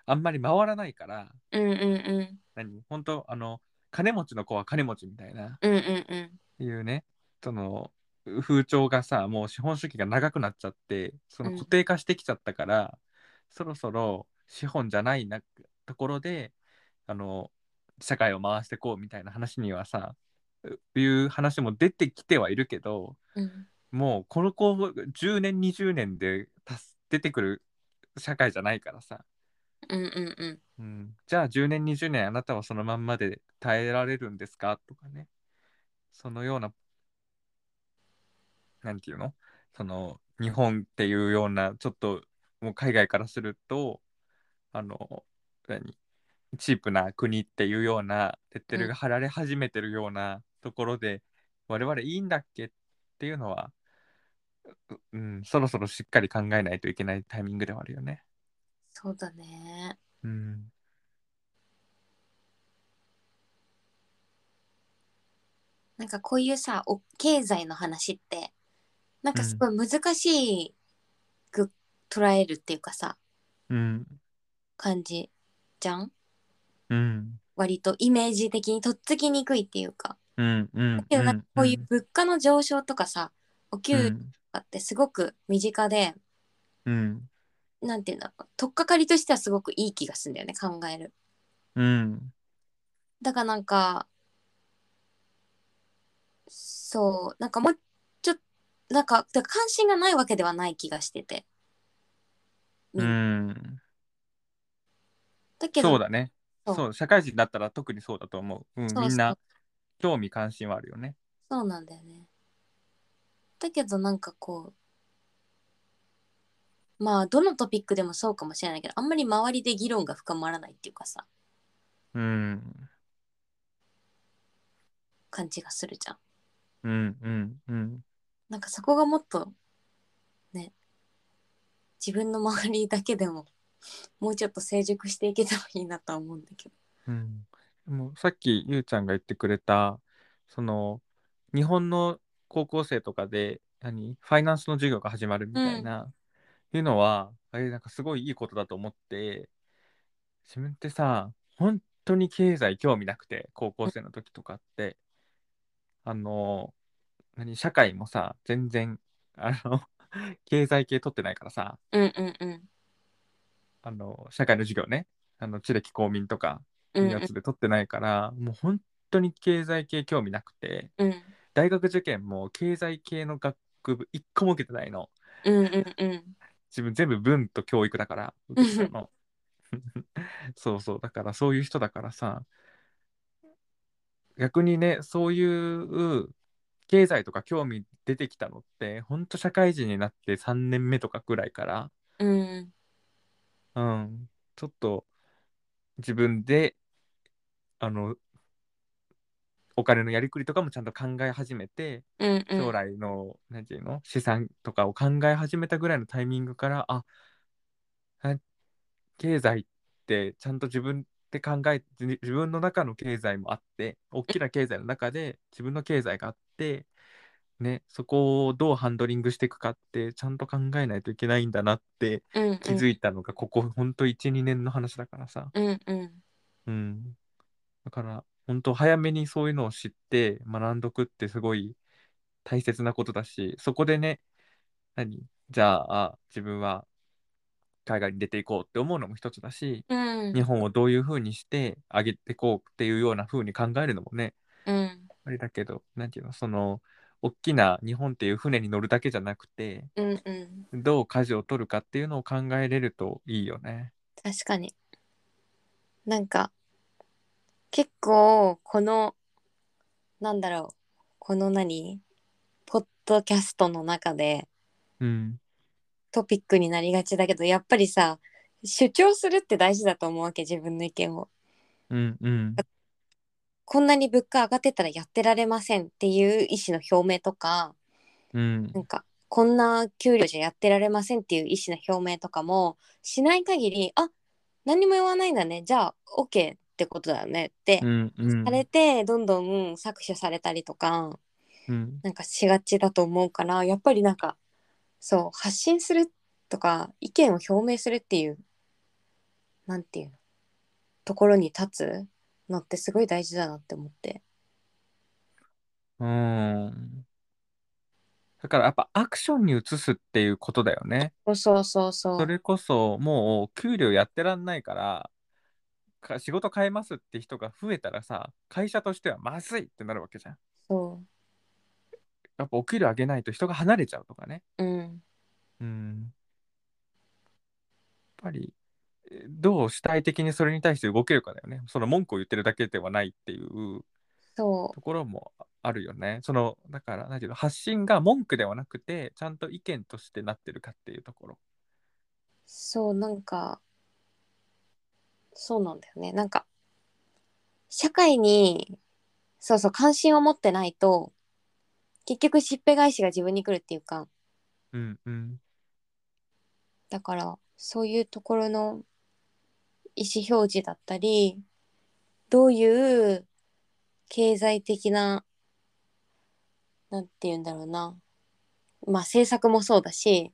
Speaker 3: あんまり回らないから
Speaker 2: うんうん
Speaker 3: 何本当あの金持ちの子は金持ちみたいな
Speaker 2: うんうんうんうん
Speaker 3: いうねその風潮がさもう資本主義が長くなっちゃってその
Speaker 2: うん
Speaker 3: 固定化してきちゃったから、そろそろ資本じゃないなところであの社会を回してこうみたいな話にはさういう話も出てきてはいるけど
Speaker 2: うん
Speaker 3: もうこの子10年20年で達す出てくる社会じゃないからさ、
Speaker 2: うんうんうん
Speaker 3: うん、じゃあ10年20年あなたはそのまんまで耐えられるんですかとかねそのようななんていうのその日本っていうようなちょっともう海外からするとあの何チープな国っていうようなレッテルが貼られ始めてるようなところで、我々いいんだっけっていうのは、ううん、そろそろしっかり考えないといけないタイミングではあるよね。
Speaker 2: そうだね
Speaker 3: うん、
Speaker 2: なんかこういうさお経済の話ってなんかすごい難しく捉えるっていうかさ
Speaker 3: うん、
Speaker 2: 感じじゃん
Speaker 3: うん、
Speaker 2: 割とイメージ的にとっつきにくいっていうか
Speaker 3: うん、うん、
Speaker 2: けどなんかこういう物価の上昇とかさお給料とかってすごく身近で、
Speaker 3: うん、
Speaker 2: なんていうんだろう取っかかりとしてはすごくいい気がするんだよね考える
Speaker 3: うん、
Speaker 2: だからなんかそうなんかもうちょっとなんかだから関心がないわけではない気がしてて、
Speaker 3: う、
Speaker 2: みんなんだけど
Speaker 3: そうだね。
Speaker 2: そう
Speaker 3: そう、社会人だったら特にそうだと思う。うん、
Speaker 2: そうそう
Speaker 3: みんな興味関心はあるよね。
Speaker 2: そうなんだよね。だけどなんかこうまあどのトピックでもそうかもしれないけどあんまり周りで議論が深まらないっていうかさ
Speaker 3: うん、
Speaker 2: 感じがするじゃん。
Speaker 3: うん、うん、うん、
Speaker 2: なんかそこがもっとね自分の周りだけでももうちょっと成熟していけたらいいなとは思うんだけど。
Speaker 3: うん。もうさっきゆうちゃんが言ってくれたその日本の高校生とかで何ファイナンスの授業が始まるみたいな、いうのはあれなんかすごいいいことだと思って自分ってさ本当に経済興味なくて高校生の時とかってあの何社会もさ全然あの 経済系取ってないからさ
Speaker 2: うんうんうん
Speaker 3: あの社会の授業ねあの知歴公民とか
Speaker 2: うん
Speaker 3: やつで取ってないから、もう本当に経済系興味なくて
Speaker 2: うん
Speaker 3: 大学受験も経済系の学部一個も受けてないの
Speaker 2: うんうんうん
Speaker 3: 自分全部文と教育だ から受けてたの そうそうだからそういう人だからさ逆にねそういう経済とか興味出てきたのってほんと社会人になって3年目とかくらいから
Speaker 2: うん
Speaker 3: うん、ちょっと自分であのお金のやりくりとかもちゃんと考え始めて
Speaker 2: うんうん
Speaker 3: 将来の、なんていうの資産とかを考え始めたぐらいのタイミングからああ経済ってちゃんと自分で考えて自自分の中の経済もあって大きな経済の中で自分の経済があって、ね、そこをどうハンドリングしていくかってちゃんと考えないといけないんだなって
Speaker 2: うん
Speaker 3: 気づいたのがここほんと12年の話だからさ、
Speaker 2: うんうん
Speaker 3: うん、だからほんと早めにそういうのを知って学んどくってすごい大切なことだしそこでね何じゃああ自分は海外に出ていこうって思うのも一つだし
Speaker 2: うん
Speaker 3: 日本をどういうふうにして上げていこうっていうようなふうに考えるのもね
Speaker 2: うん
Speaker 3: あれだけど何ていうのその大きな日本っていう船に乗るだけじゃなくて
Speaker 2: うんうん
Speaker 3: どう舵を取るかっていうのを考えれるといいよね。
Speaker 2: 確かになんか結構このなんだろうこの何ポッドキャストの中で
Speaker 3: うん
Speaker 2: トピックになりがちだけどやっぱりさ主張するって大事だと思うわけ自分の意見を
Speaker 3: うんうん
Speaker 2: こんなに物価上がってたらやってられませんっていう意思の表明とか
Speaker 3: うん
Speaker 2: なんかこんな給料じゃやってられませんっていう意思の表明とかもしない限りあ何も言わないんだねじゃあ OK ってことだよねって
Speaker 3: うんうん
Speaker 2: されてどんどん搾取されたりとか
Speaker 3: うん
Speaker 2: なんかしがちだと思うからやっぱりなんかそう発信するとか意見を表明するっていうなんていうのところに立つのってすごい大事だなって思って
Speaker 3: うんだからやっぱアクションに移すっていうことだよね。
Speaker 2: そうそうそうそう
Speaker 3: それこそもう給料やってらんないからか仕事変えますって人が増えたらさ会社としてはまずいってなるわけじゃん。
Speaker 2: そ
Speaker 3: やっぱお給料上げないと人が離れちゃうとかね。
Speaker 2: ううん
Speaker 3: うん、やっぱりえどう主体的にそれに対して動けるかだよね。その文句を言ってるだけではないっていう
Speaker 2: そ
Speaker 3: ところもあるよね。そのだから何ていうの発信が文句ではなくてちゃんと意見としてなってるかっていうところ。
Speaker 2: うそうなんかそうなんだよねなんか社会にそうそう関心を持ってないと結局しっぺ返しが自分に来るっていうか
Speaker 3: うんうん
Speaker 2: だからそういうところの意思表示だったりどういう経済的ななんて言うんだろうなまあ政策もそうだし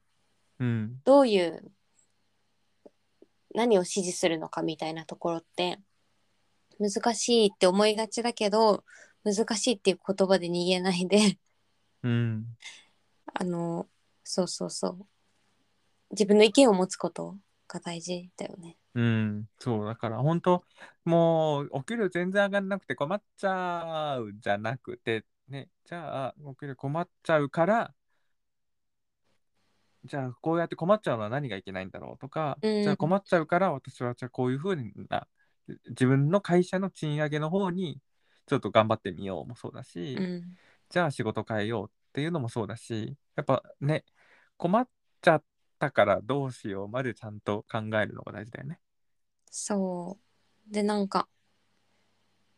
Speaker 3: うん
Speaker 2: どういう何を支持するのかみたいなところって難しいって思いがちだけど難しいっていう言葉で逃げないで
Speaker 3: うん
Speaker 2: あのそうそうそう自分の意見を持つことが大事だよね。
Speaker 3: うんそうだから本当もうお給料全然上がんなくて困っちゃうじゃなくてねじゃあお給料困っちゃうからじゃあこうやって困っちゃうのは何がいけないんだろうとか、
Speaker 2: うん
Speaker 3: じゃあ困っちゃうから私はじゃあこういうふうな自分の会社の賃上げの方にちょっと頑張ってみようもそうだし、
Speaker 2: うん
Speaker 3: じゃあ仕事変えようっていうのもそうだしやっぱね困っちゃったからどうしようまでちゃんと考えるのが大事だよね。
Speaker 2: そう。で、なんか、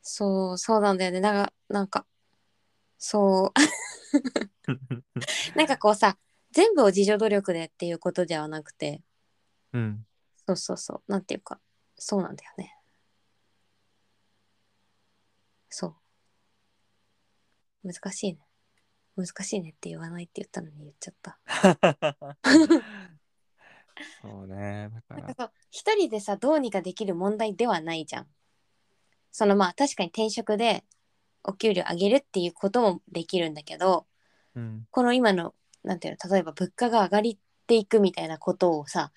Speaker 2: そう、そうなんだよね。なんか、なんか、そう、 なんかこうさ、全部を自助努力でっていうことではなくて、
Speaker 3: うん、
Speaker 2: そうそうそう、なんていうか、そうなんだよね。そう。難しいね。難しいねって言わないって言ったのに言っちゃった。
Speaker 3: そうね。だ
Speaker 2: なん
Speaker 3: か
Speaker 2: かそう一人でさどうにかできる問題ではないじゃん。そのまあ確かに転職でお給料上げるっていうこともできるんだけど
Speaker 3: ら、うん、
Speaker 2: この今のなんていうの例えば物価が上がりっていくみたいなことをさ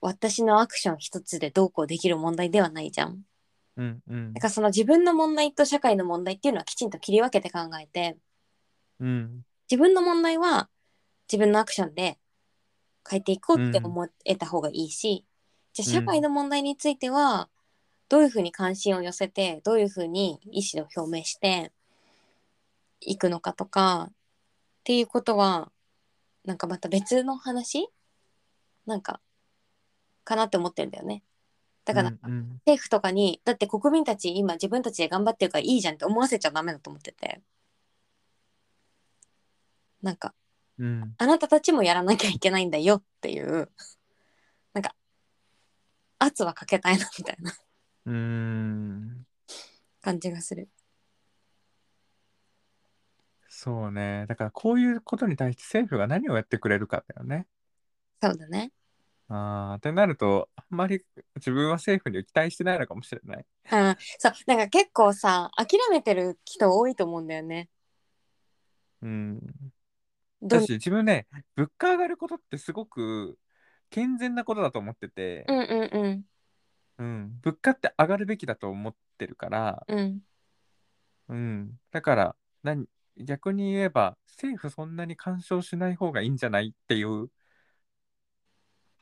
Speaker 2: 私のアクション一つでどうこうできる問題ではないじゃん。
Speaker 3: うん、うん
Speaker 2: だ、からその自分の問題と社会の問題っていうのはきちんと切り分けて考えて
Speaker 3: うん、
Speaker 2: 自分の問題は自分のアクションで変えていこうって思えた方がいいし、じゃあ
Speaker 3: う
Speaker 2: 社
Speaker 3: ん
Speaker 2: 会の問題についてはどういうふうに関心を寄せてどういうふうに意思を表明していくのかとかっていうことはなんかまた別の話なんかかなって思ってるんだよね。だから、
Speaker 3: うんうん
Speaker 2: 政府とかにだって国民たち今自分たちで頑張ってるからいいじゃんって思わせちゃダメだと思っててなんか
Speaker 3: うん、
Speaker 2: あなたたちもやらなきゃいけないんだよっていうなんか圧はかけたいなみたいな
Speaker 3: うーん、
Speaker 2: 感じがする
Speaker 3: そうね。だから、こういうことに対して政府が何をやってくれるかだよね。
Speaker 2: そうだね
Speaker 3: ああ、ってなると、あんまり自分は政府に期待してないのかもしれない。
Speaker 2: うんそうなんか結構さ諦めてる人多いと思うんだよね
Speaker 3: うん。
Speaker 2: ど
Speaker 3: だ
Speaker 2: う
Speaker 3: し、自分ね、物価上がることってすごく健全なことだと思ってて、
Speaker 2: うんうんうん
Speaker 3: うん、物価って上がるべきだと思ってるから、
Speaker 2: うん
Speaker 3: うん、だから何逆に言えば政府そんなに干渉しない方がいいんじゃないっていう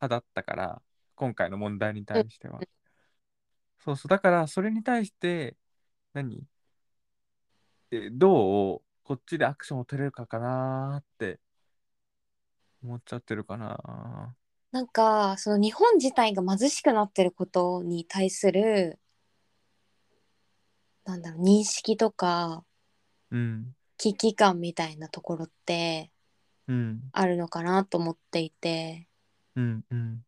Speaker 3: 派だったから今回の問題に対しては。そうそうだからそれに対して何えどうこっちでアクションを取れるかかなーって思っちゃってるかな。
Speaker 2: なんかその日本自体が貧しくなってることに対するなんだろう認識とか
Speaker 3: うん
Speaker 2: 危機感みたいなところって
Speaker 3: うん
Speaker 2: あるのかなと思っていて
Speaker 3: うんうん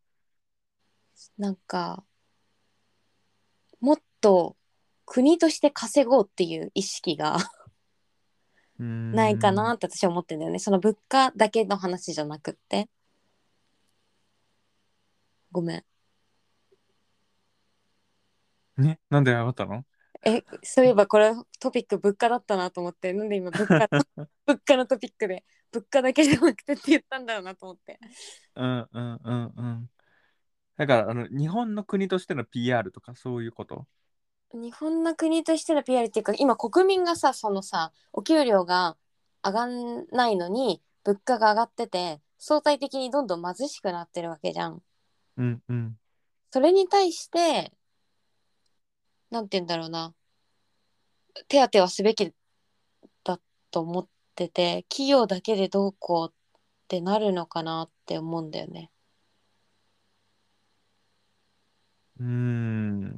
Speaker 2: なんかもっと国として稼ごうっていう意識が
Speaker 3: うん
Speaker 2: ないかなって私は思ってんだよね、その物価だけの話じゃなくってごめん
Speaker 3: ねなんで謝ったの
Speaker 2: えそういえばこれトピック物価だったなと思ってなんで今物価の物価のトピックで物価だけじゃなくてって言ったんだろうなと思って
Speaker 3: うんうんうんうん。だからあの日本の国としての PR とかそういうこと。
Speaker 2: 日本の国としての PR っていうか今国民がさそのさお給料が上がんないのに物価が上がってて相対的にどんどん貧しくなってるわけじゃん。
Speaker 3: うんうん
Speaker 2: それに対してなんて言うんだろうな手当てはすべきだと思ってて企業だけでどうこうってなるのかなって思うんだよね。
Speaker 3: うーん。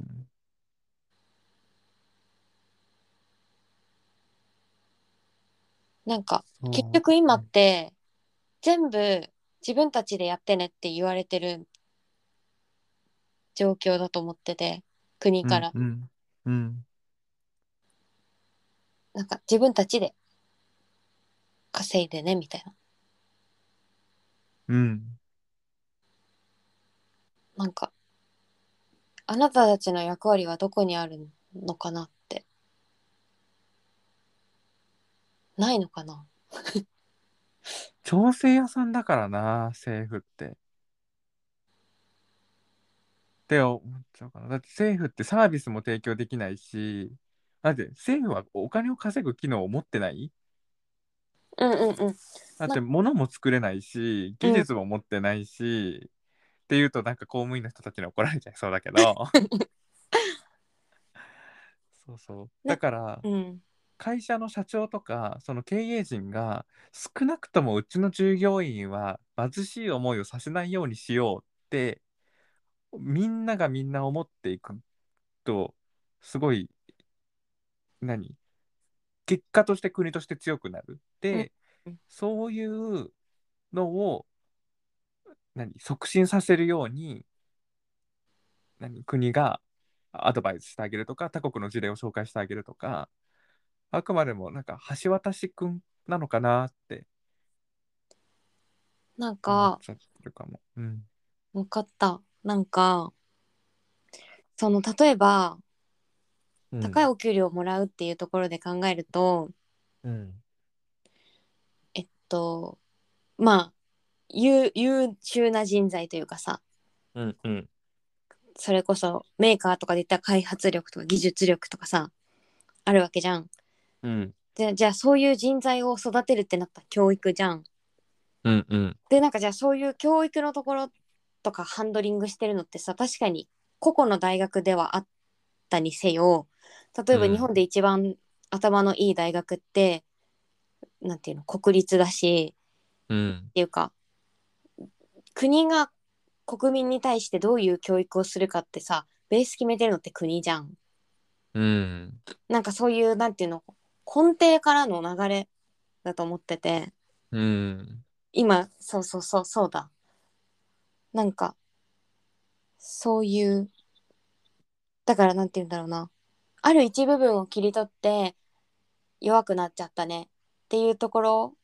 Speaker 2: なんか
Speaker 3: そう
Speaker 2: 結局今って全部自分たちでやってねって言われてる状況だと思ってて国から、
Speaker 3: うんうんうん
Speaker 2: なんか自分たちで稼いでねみたいな
Speaker 3: うん
Speaker 2: なんかあなたたちの役割はどこにあるのかなってないのかな
Speaker 3: 調整屋さんだからな政府って。って思っちゃうかな。だって政府ってサービスも提供できないしだって政府はお金を稼ぐ機能を持ってない
Speaker 2: うんうんうん
Speaker 3: だって物も作れないし
Speaker 2: うん
Speaker 3: 技術も持ってないし、っていうとなんか公務員の人たちに怒られちゃいそう だけどそうそうだから
Speaker 2: うん
Speaker 3: 会社の社長とかその経営陣が少なくともうちの従業員は貧しい思いをさせないようにしようってみんながみんな思っていくとすごい何結果として国として強くなるで、
Speaker 2: うんうん
Speaker 3: そういうのを何促進させるように何国がアドバイスしてあげるとか他国の事例を紹介してあげるとかあくまでもなんか橋渡しくんなのかなって
Speaker 2: なん
Speaker 3: 思っ
Speaker 2: か
Speaker 3: ちゃってるかも。うん
Speaker 2: 分かったなんかその例えば
Speaker 3: うん
Speaker 2: 高いお給料をもらうっていうところで考えると、
Speaker 3: うん
Speaker 2: えっとまあ優優秀な人材というかさ
Speaker 3: うんうん
Speaker 2: それこそメーカーとかでいったら開発力とか技術力とかさあるわけじゃん。
Speaker 3: うん
Speaker 2: でじゃあそういう人材を育てるってなったら教育じゃん。
Speaker 3: うんうん
Speaker 2: でなんかじゃあそういう教育のところとかハンドリングしてるのってさ確かに個々の大学ではあったにせよ例えば
Speaker 3: うん
Speaker 2: 日本で一番頭のいい大学って、なんていうの国立だし
Speaker 3: うん
Speaker 2: っていうか国が国民に対してどういう教育をするかってさベース決めてるのって国じゃん。
Speaker 3: うん
Speaker 2: なんかそういうなんていうの根底からの流れだと思ってて。
Speaker 3: うん
Speaker 2: 今そうそうそうそうだなんかそういうだからなんて言うんだろうなある一部分を切り取って弱くなっちゃったねっていうところ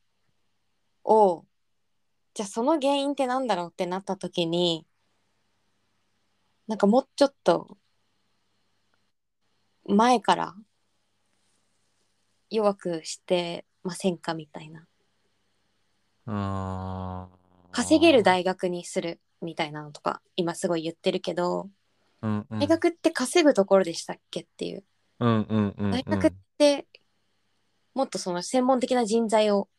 Speaker 2: をじゃあその原因ってなんだろうってなった時になんかもうちょっと前から弱くしてませんかみたいな。
Speaker 3: あー
Speaker 2: 稼げる大学にするみたいなのとか今すごい言ってるけど、
Speaker 3: うんうん
Speaker 2: 大学って稼ぐところでしたっけっていう
Speaker 3: うんうんうんうん
Speaker 2: 大学ってもっとその専門的な人材を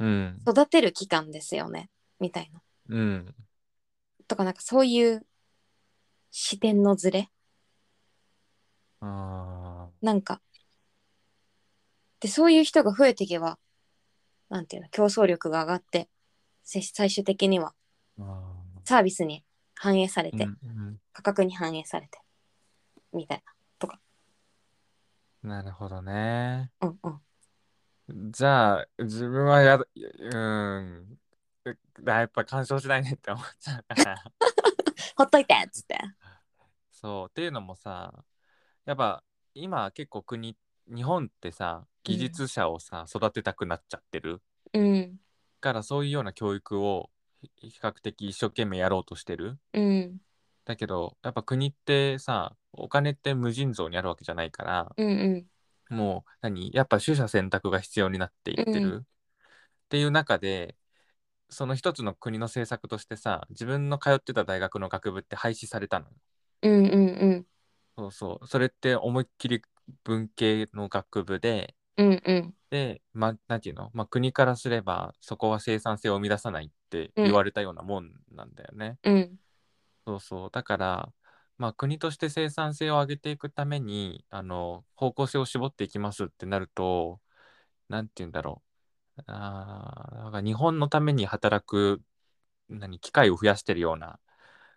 Speaker 3: うん
Speaker 2: 育てる機関ですよねみたいな
Speaker 3: うん
Speaker 2: とかなんかそういう視点のずれ
Speaker 3: あ
Speaker 2: なんかでそういう人が増えていけばなんていうの競争力が上がってせ最終的には
Speaker 3: ーあ
Speaker 2: サービスに反映され
Speaker 3: ー
Speaker 2: て、
Speaker 3: うん
Speaker 2: 価格に反映されてみたい
Speaker 3: うんなるほどね
Speaker 2: なうんうん
Speaker 3: じゃあ自分はやだうんだやっぱ干渉しないねって思っちゃうから
Speaker 2: ほっといてっつって
Speaker 3: そうっていうのもさやっぱ今結構国日本ってさ技術者をさ、育てたくなっちゃってる
Speaker 2: うん
Speaker 3: からそういうような教育をひ比較的一生懸命やろうとしてる
Speaker 2: うん
Speaker 3: だけどやっぱ国ってさお金って無尽蔵にあるわけじゃないから
Speaker 2: うんうん
Speaker 3: もう何やっぱ取捨選択が必要になっていって
Speaker 2: う
Speaker 3: るっていう中でその一つの国の政策としてさ自分の通ってた大学の学部って廃止されたの
Speaker 2: うんうん
Speaker 3: そうそうそれって思いっきり文系の学部で
Speaker 2: うんうん
Speaker 3: で、ま、なんていうの、まあ、国からすればそこは生産性を生み出さないって言われたようなもんなんだよね。
Speaker 2: うん
Speaker 3: そうそうだから、まあ、国として生産性を上げていくためにあの方向性を絞っていきますってなるとなんて言うんだろうあーなんか日本のために働く何機会を増やしてるような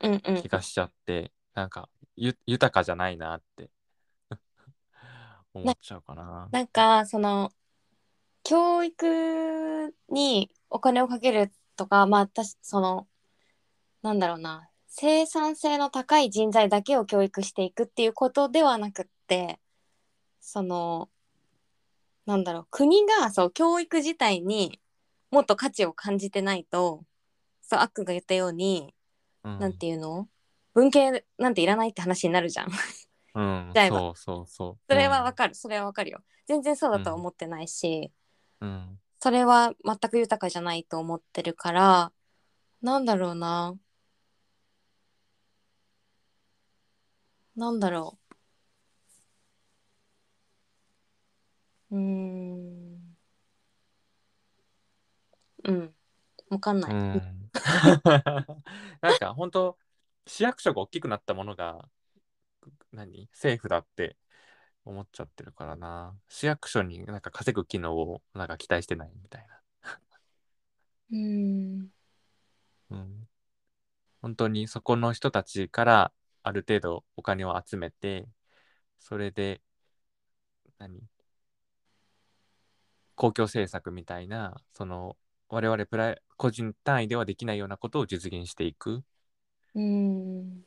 Speaker 2: うんうん
Speaker 3: 気がしちゃって、なんかゆ豊かじゃないなって 思っちゃうかな。
Speaker 2: なんかその教育にお金をかけるとかまあたしそのなんだろうな生産性の高い人材だけを教育していくっていうことではなくってそのなんだろう国がそう教育自体にもっと価値を感じてないとそうアックが言ったように
Speaker 3: うん
Speaker 2: なんていうの文系なんていらないって話になるじゃん。
Speaker 3: うん
Speaker 2: ちゃえば
Speaker 3: そうそうそう。
Speaker 2: それはわかる、それはわかるよ。全然そうだとは思ってないし、
Speaker 3: うん
Speaker 2: それは全く豊かじゃないと思ってるから、なんだろうな。なんだろう。うーん。うん。わかん
Speaker 3: う
Speaker 2: ない。
Speaker 3: ん、 なんか本当市役所が大きくなったものが何政府だって思っちゃってるからな市役所になんか稼ぐ機能をなんか期待してないみたい
Speaker 2: うん。
Speaker 3: な、うん、本当にそこの人たちからある程度お金を集めてそれで何公共政策みたいなその我々プライ個人単位ではできないようなことを実現していく
Speaker 2: うん。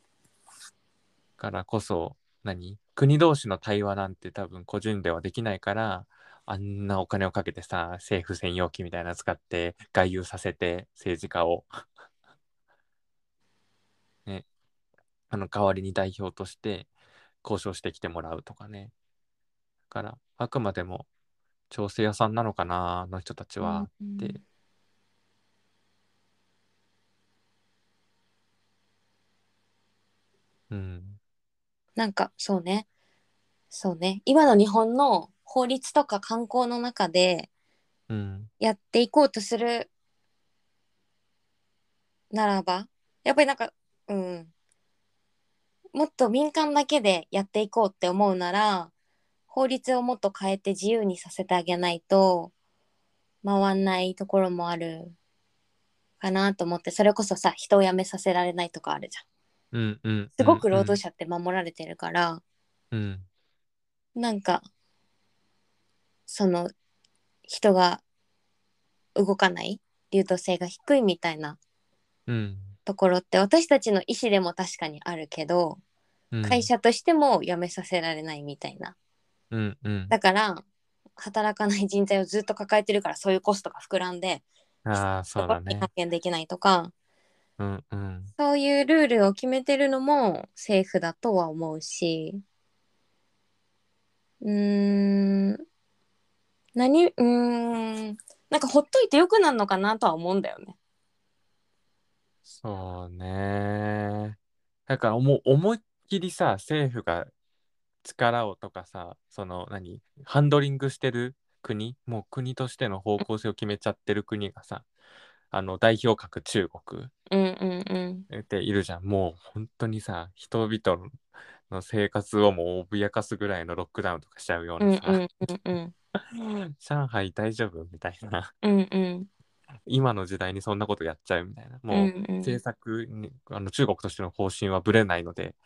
Speaker 3: からこそ何国同士の対話なんて多分個人ではできないからあんなお金をかけてさ政府専用機みたいなの使って外遊させて政治家を ねあの代わりに代表として交渉してきてもらうとかねだからあくまでも調整屋さんなのかなあの人たちは、
Speaker 2: うん
Speaker 3: でうん、
Speaker 2: なんかそうねそうね今の日本の法律とか観光の中で
Speaker 3: うん、
Speaker 2: やっていこうとするならばやっぱりなんかうんもっと民間だけでやっていこうって思うなら法律をもっと変えて自由にさせてあげないと回んないところもあるかなと思ってそれこそさ人を辞めさせられないとかあるじゃん。
Speaker 3: うん、うん。
Speaker 2: すごく労働者って守られてるから、
Speaker 3: うん。うん、
Speaker 2: なんかその人が動かない流動性が低いみたいな
Speaker 3: うん。
Speaker 2: ところって私たちの意思でも確かにあるけど
Speaker 3: うん
Speaker 2: 会。社としても辞めさせられないみたいな
Speaker 3: うん、うん。
Speaker 2: だから働かない人材をずっと抱えてるからそういうコストが膨らんで
Speaker 3: ああ、そうだ
Speaker 2: に
Speaker 3: ね。
Speaker 2: 派遣できないとか
Speaker 3: うん、うん。
Speaker 2: そういうルールを決めてるのも政府だとは思うし、うーん、何、うーん、なんかほっといてよくなるのかなとは思うんだよね。
Speaker 3: そうね。だから、もう思いっきりさ、政府が力をとかさ、その何、ハンドリングしてる国、もう国としての方向性を決めちゃってる国がさ、あの代表格中国
Speaker 2: うんうんうん。
Speaker 3: っているじゃん。もう本当にさ、人々の生活をもう脅かすぐらいのロックダウンとかしちゃうよう
Speaker 2: うん
Speaker 3: な
Speaker 2: う
Speaker 3: さ、
Speaker 2: んうんうん。
Speaker 3: 上海大丈夫みたいな
Speaker 2: うんうん。
Speaker 3: 今の時代にそんなことやっちゃうみたいな
Speaker 2: う
Speaker 3: もうん
Speaker 2: うん。
Speaker 3: 政策に、あの中国としての方針はぶれないので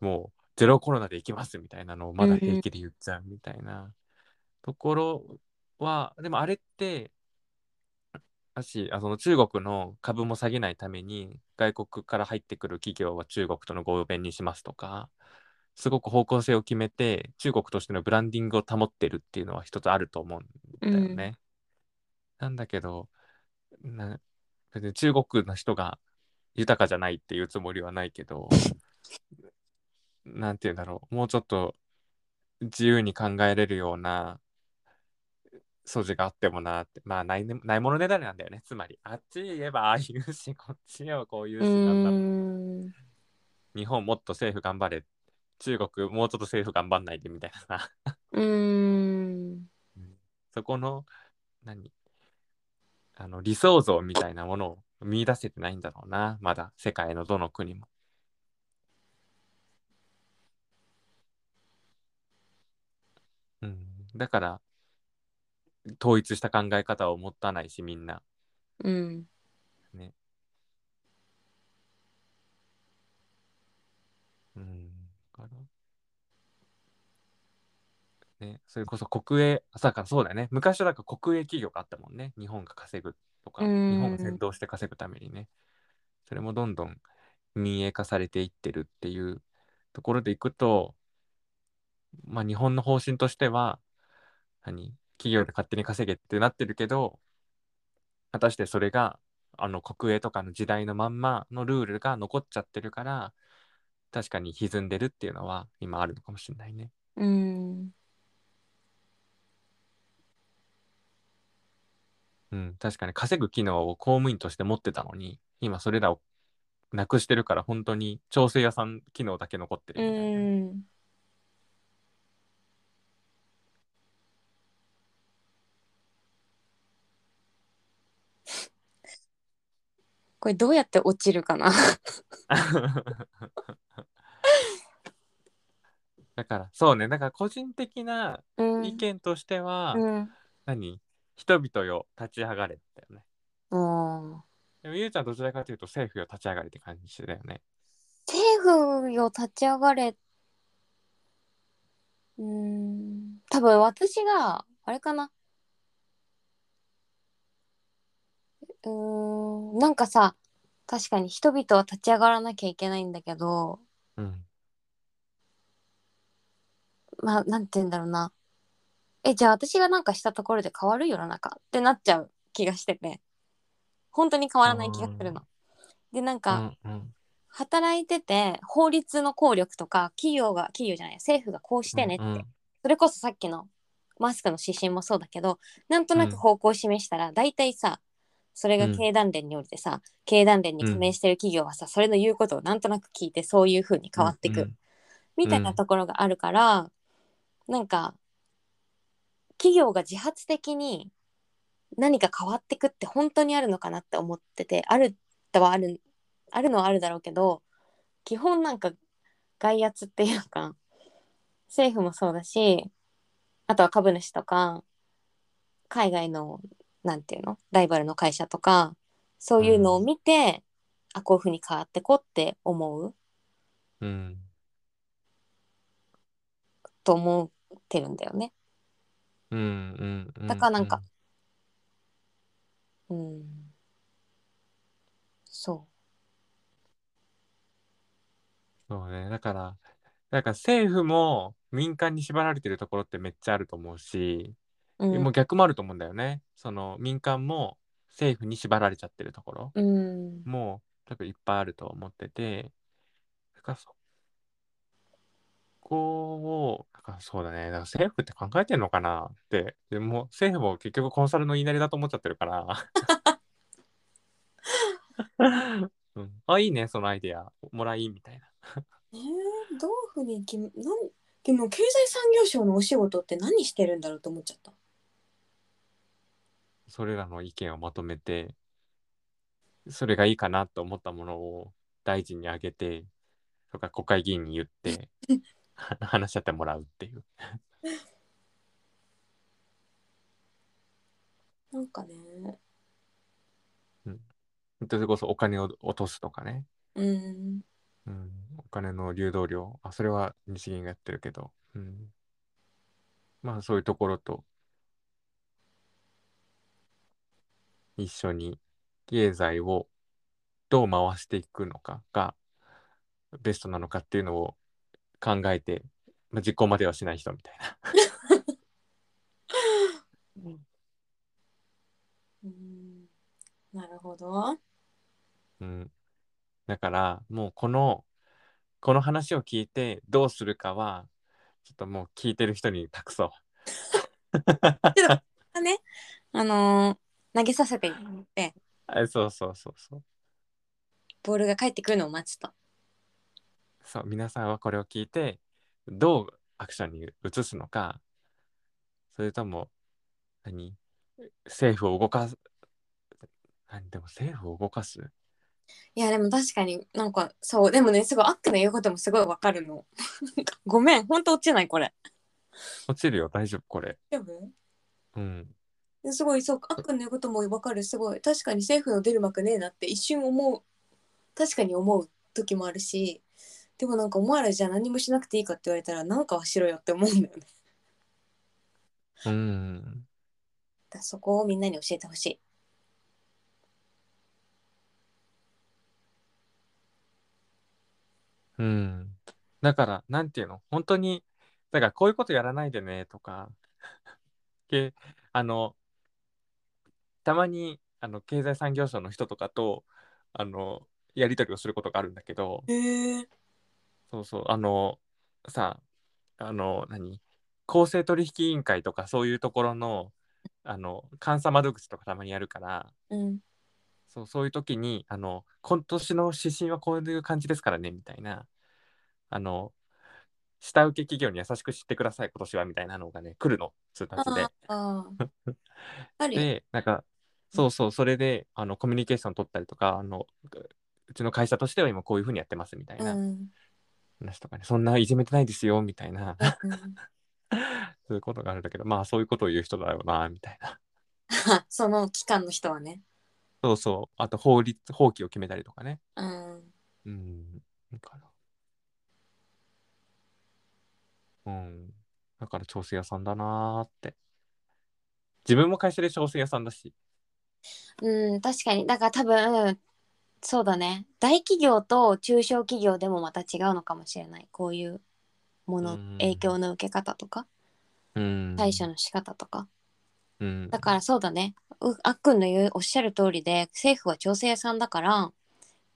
Speaker 3: もうゼロコロナでいきますみたいなのをまだ平気で言っちゃうみたいなところは、でもあれってだしあその中国の株も下げないために外国から入ってくる企業は中国との合弁にしますとかすごく方向性を決めて中国としてのブランディングを保ってるっていうのは一つあると思うんだよね。なんだけどな別に中国の人が豊かじゃないっていうつもりはないけどなんて言うんだろうもうちょっと自由に考えれるような素地があってもなってまあない,、ね、ないものねだりなんだよねつまりあっち言えばああいうしこっち言えばこういうし
Speaker 2: う
Speaker 3: なんだろう
Speaker 2: ーん。
Speaker 3: 日本もっと政府頑張れ中国もうちょっと政府頑張んないでみたいなさ
Speaker 2: うーん。
Speaker 3: そこの何あの理想像みたいなものを見出せてないんだろうなまだ世界のどの国も。うん、だから統一した考え方を持たないしみんな。
Speaker 2: うん。
Speaker 3: うん、だからね、それこそ国営、さからそうだよね、昔はなんか国営企業があったもんね、日本が稼ぐとか、
Speaker 2: う
Speaker 3: 日
Speaker 2: ん
Speaker 3: 本が先導して稼ぐためにね、それもどんどん民営化されていってるっていうところでいくと、まあ、日本の方針としては、何、企業で勝手に稼げってなってるけど、果たしてそれがあの国営とかの時代のまんまのルールが残っちゃってるから確かに歪んでるっていうのは今あるのかもしれないね。
Speaker 2: うん。
Speaker 3: うん、確かに稼ぐ機能を公務員として持ってたのに今それらをなくしてるから本当に調整屋さん機能だけ残ってる
Speaker 2: う
Speaker 3: みたいなね
Speaker 2: ん。これどうやって落ちるかな
Speaker 3: だからそうねだから個人的な
Speaker 2: うん
Speaker 3: 意見としては、
Speaker 2: うん。
Speaker 3: 何人々よ立ち上がれだよね。
Speaker 2: うん
Speaker 3: でもゆうちゃんどちらかというと政府よ立ち上がれって感じだよね。
Speaker 2: 政府よ立ち上がれうーん多分私があれかなうーんなんかさ確かに人々は立ち上がらなきゃいけないんだけど
Speaker 3: うん
Speaker 2: まあなんて言うんだろうなえじゃあ私がなんかしたところで変わる世の中ってなっちゃう気がしてて本当に変わらない気がするの。でなんか、
Speaker 3: うんうん
Speaker 2: 働いてて法律の効力とか企業が企業じゃない政府がこうしてねって、
Speaker 3: うんうん
Speaker 2: それこそさっきのマスクの指針もそうだけどなんとなく方向を示したら大体さそれが経団連によってさ、経団連に加盟してる企業はさそれの言うことをなんとなく聞いてそういう風に変わっていく、
Speaker 3: うんうん
Speaker 2: みたいなところがあるから、なんか企業が自発的に何か変わってくって本当にあるのかなって思っててあるとはあるあるのはあるだろうけど基本なんか外圧っていうか政府もそうだしあとは株主とか海外のなんていうのライバルの会社とかそういうのを見て、あこういうふうに変わってこって思う
Speaker 3: うん
Speaker 2: と思ってるんだよね。
Speaker 3: うんうんうん
Speaker 2: だからなんかうん、そう
Speaker 3: そうねだからなんか政府も民間に縛られてるところってめっちゃあると思うし、
Speaker 2: うん
Speaker 3: もう逆もあると思うんだよねその民間も政府に縛られちゃってるところ
Speaker 2: うん、
Speaker 3: も多分いっぱいあると思っててだからそこをだからそうだねだから政府って考えてんのかなってでも政府も結局コンサルの言いなりだと思っちゃってるから うん、あいいねそのアイデアもらいみたいな
Speaker 2: えー、どういうふうにきなんでも経済産業省のお仕事って何してるんだろうと思っちゃった。
Speaker 3: それらの意見をまとめてそれがいいかなと思ったものを大臣にあげてとか国会議員に言って話し合ってもらうっていう
Speaker 2: なんかね、
Speaker 3: それこそお金を落とすとかね、
Speaker 2: うん、
Speaker 3: うん、お金の流動量あそれは日銀がやってるけど、うん、まあそういうところと一緒に経済をどう回していくのかがベストなのかっていうのを考えて、まあ、実行まではしない人みたいな。
Speaker 2: うん、なるほど。
Speaker 3: うん、だからもうこのこの話を聞いてどうするかはちょっともう聞いてる人に託そう。
Speaker 2: ね、あのー投げさせてって
Speaker 3: あそうそうそうそう。
Speaker 2: ボールが返ってくるのを待つと。
Speaker 3: そう皆さんはこれを聞いてどうアクションに移すのかそれとも何政府を動かす何でも政府を動かす
Speaker 2: いやでも確かになんかそうでもねすごいアックの言うこともすごいわかるの。なんかごめんほんと落ちないこれ。
Speaker 3: 落ちるよ大丈夫これ。
Speaker 2: 大丈夫
Speaker 3: うん
Speaker 2: すごいそうあっくんの言うことも分かるすごい確かに政府の出る幕ねえなって一瞬思う確かに思う時もあるしでもなんかお前らじゃあ何もしなくていいかって言われたらなんかはしろよって思うんだよね
Speaker 3: うん
Speaker 2: だそこをみんなに教えてほしい
Speaker 3: うんだからなんていうの本当にだからこういうことやらないでねとか けあのたまにあの経済産業省の人とかとあのやり取りをすることがあるんだけど、
Speaker 2: へえ
Speaker 3: そうそう、あの、さ、あの、何公正取引委員会とかそういうところの、あの、監査窓口とかたまにやるから、
Speaker 2: うん
Speaker 3: そうそういう時に、あの、今年の指針はこういう感じですからね、みたいな、あの、下請け企業に優しく知ってください、今年は、みたいなのがね、来るの、通
Speaker 2: あ
Speaker 3: 達で。
Speaker 2: あ ーあるよ
Speaker 3: で、なんか、そうそう、それで、あの、コミュニケーション取ったりとか、あの、うちの会社としては今こういうふうにやってます、みたいうなん 話とかね、そんないじめてないですよ、みたいな。
Speaker 2: うん
Speaker 3: そういうことがあるんだけど、まあそういうことを言う人だよな、みたいな。
Speaker 2: その期間の人はね
Speaker 3: そうそう。あと法律、法規を決めたりとかね。
Speaker 2: うん
Speaker 3: うん。いいかな。うん。だから調整屋さんだなーって。自分も会社で調整屋さんだし。
Speaker 2: うん確かにだから多分そうだね大企業と中小企業でもまた違うのかもしれないこういうも
Speaker 3: う
Speaker 2: の
Speaker 3: ん
Speaker 2: 影響の受け方とか
Speaker 3: うん
Speaker 2: 対処の仕方とか
Speaker 3: うん
Speaker 2: だからそうだねうあっくんの言うおっしゃる通りで政府は調整屋さんだから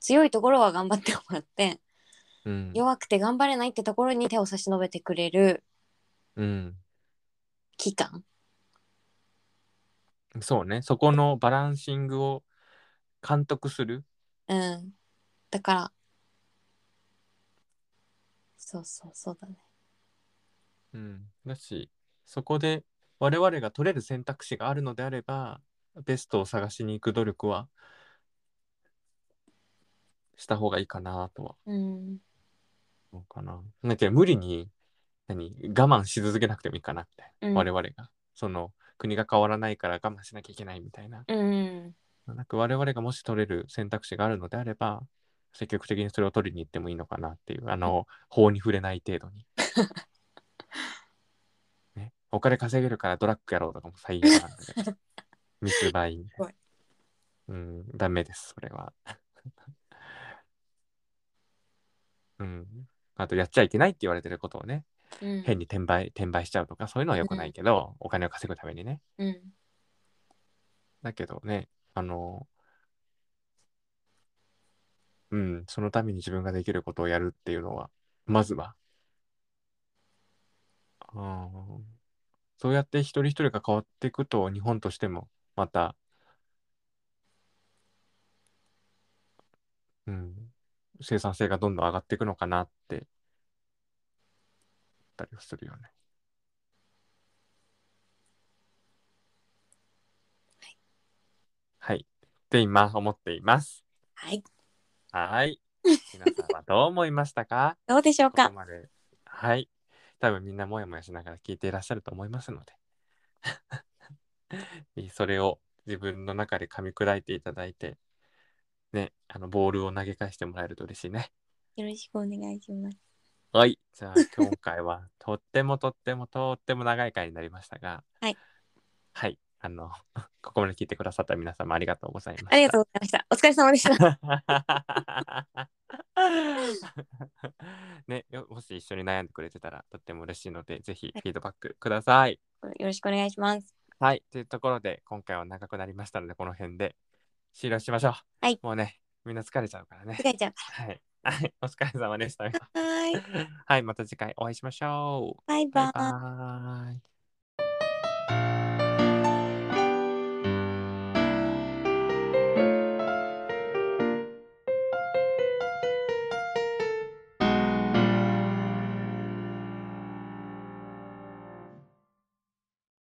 Speaker 2: 強いところは頑張ってもらって
Speaker 3: うん
Speaker 2: 弱くて頑張れないってところに手を差し伸べてくれる
Speaker 3: うん
Speaker 2: 機関
Speaker 3: そうねそこのバランシングを監督する
Speaker 2: うんだからそうそうそうだね
Speaker 3: うん、だしそこで我々が取れる選択肢があるのであればベストを探しに行く努力はした方がいいかなとは
Speaker 2: うん
Speaker 3: 思うかな。なんか無理に何我慢し続けなくてもいいかなみたいな、
Speaker 2: うん
Speaker 3: 我々がその国が変わらないから我慢しなきゃいけないみたいな
Speaker 2: うん
Speaker 3: なんか我々がもし取れる選択肢があるのであれば積極的にそれを取りに行ってもいいのかなっていうあの法に触れない程 度に、ね、お金稼げるからドラッグやろうとかも最悪なん で密売みた
Speaker 2: す
Speaker 3: い
Speaker 2: ごい
Speaker 3: なうんダメですそれは うんあとやっちゃいけないって言われてることを
Speaker 2: う
Speaker 3: ね、
Speaker 2: ん
Speaker 3: 変に転売転売しちゃうとかそういうのは良くないけど、お金を稼ぐためにね
Speaker 2: うん
Speaker 3: だけどね、あの、うん、そのために自分ができることをやるっていうのは、まずは、うん、そうやって一人一人が変わっていくと、日本としても、また、うん、生産性がどんどん上がっていくのかなって、たりはするよね。はい。って今思っています。
Speaker 2: はい
Speaker 3: はい。皆さんはどう思いましたか
Speaker 2: どうでしょう
Speaker 3: ここ
Speaker 2: か
Speaker 3: まで。はい。多分みんなもやもやしながら聞いていらっしゃると思いますので。 それを自分の中で噛み砕いていただいて、ね、あの、ボールを投げ返してもらえると嬉しいね。
Speaker 2: よろしくお願いします
Speaker 3: はい。じゃあ、今回はとってもとってもとっても長い回になりましたが、
Speaker 2: はい。
Speaker 3: はい。あの、 ここまで聞いてくださった皆様ありがとうございました。
Speaker 2: ありがとうございましたお疲れ様 でした
Speaker 3: ね、よもし一緒に悩んでくれてたらとっても嬉しいのでぜひフィードバックください。
Speaker 2: よろしくお願いします
Speaker 3: はい、というところで今回は長くなりましたのでこの辺で終了しましょう。
Speaker 2: はい
Speaker 3: もうねみんな疲れちゃうからね
Speaker 2: 疲。れちゃう
Speaker 3: はい、はい、お疲れ様でした。
Speaker 2: はーい
Speaker 3: はい、また次回お会いしましょう。
Speaker 2: バイ
Speaker 3: バ
Speaker 2: バ
Speaker 3: イ
Speaker 2: イ
Speaker 3: バーイ。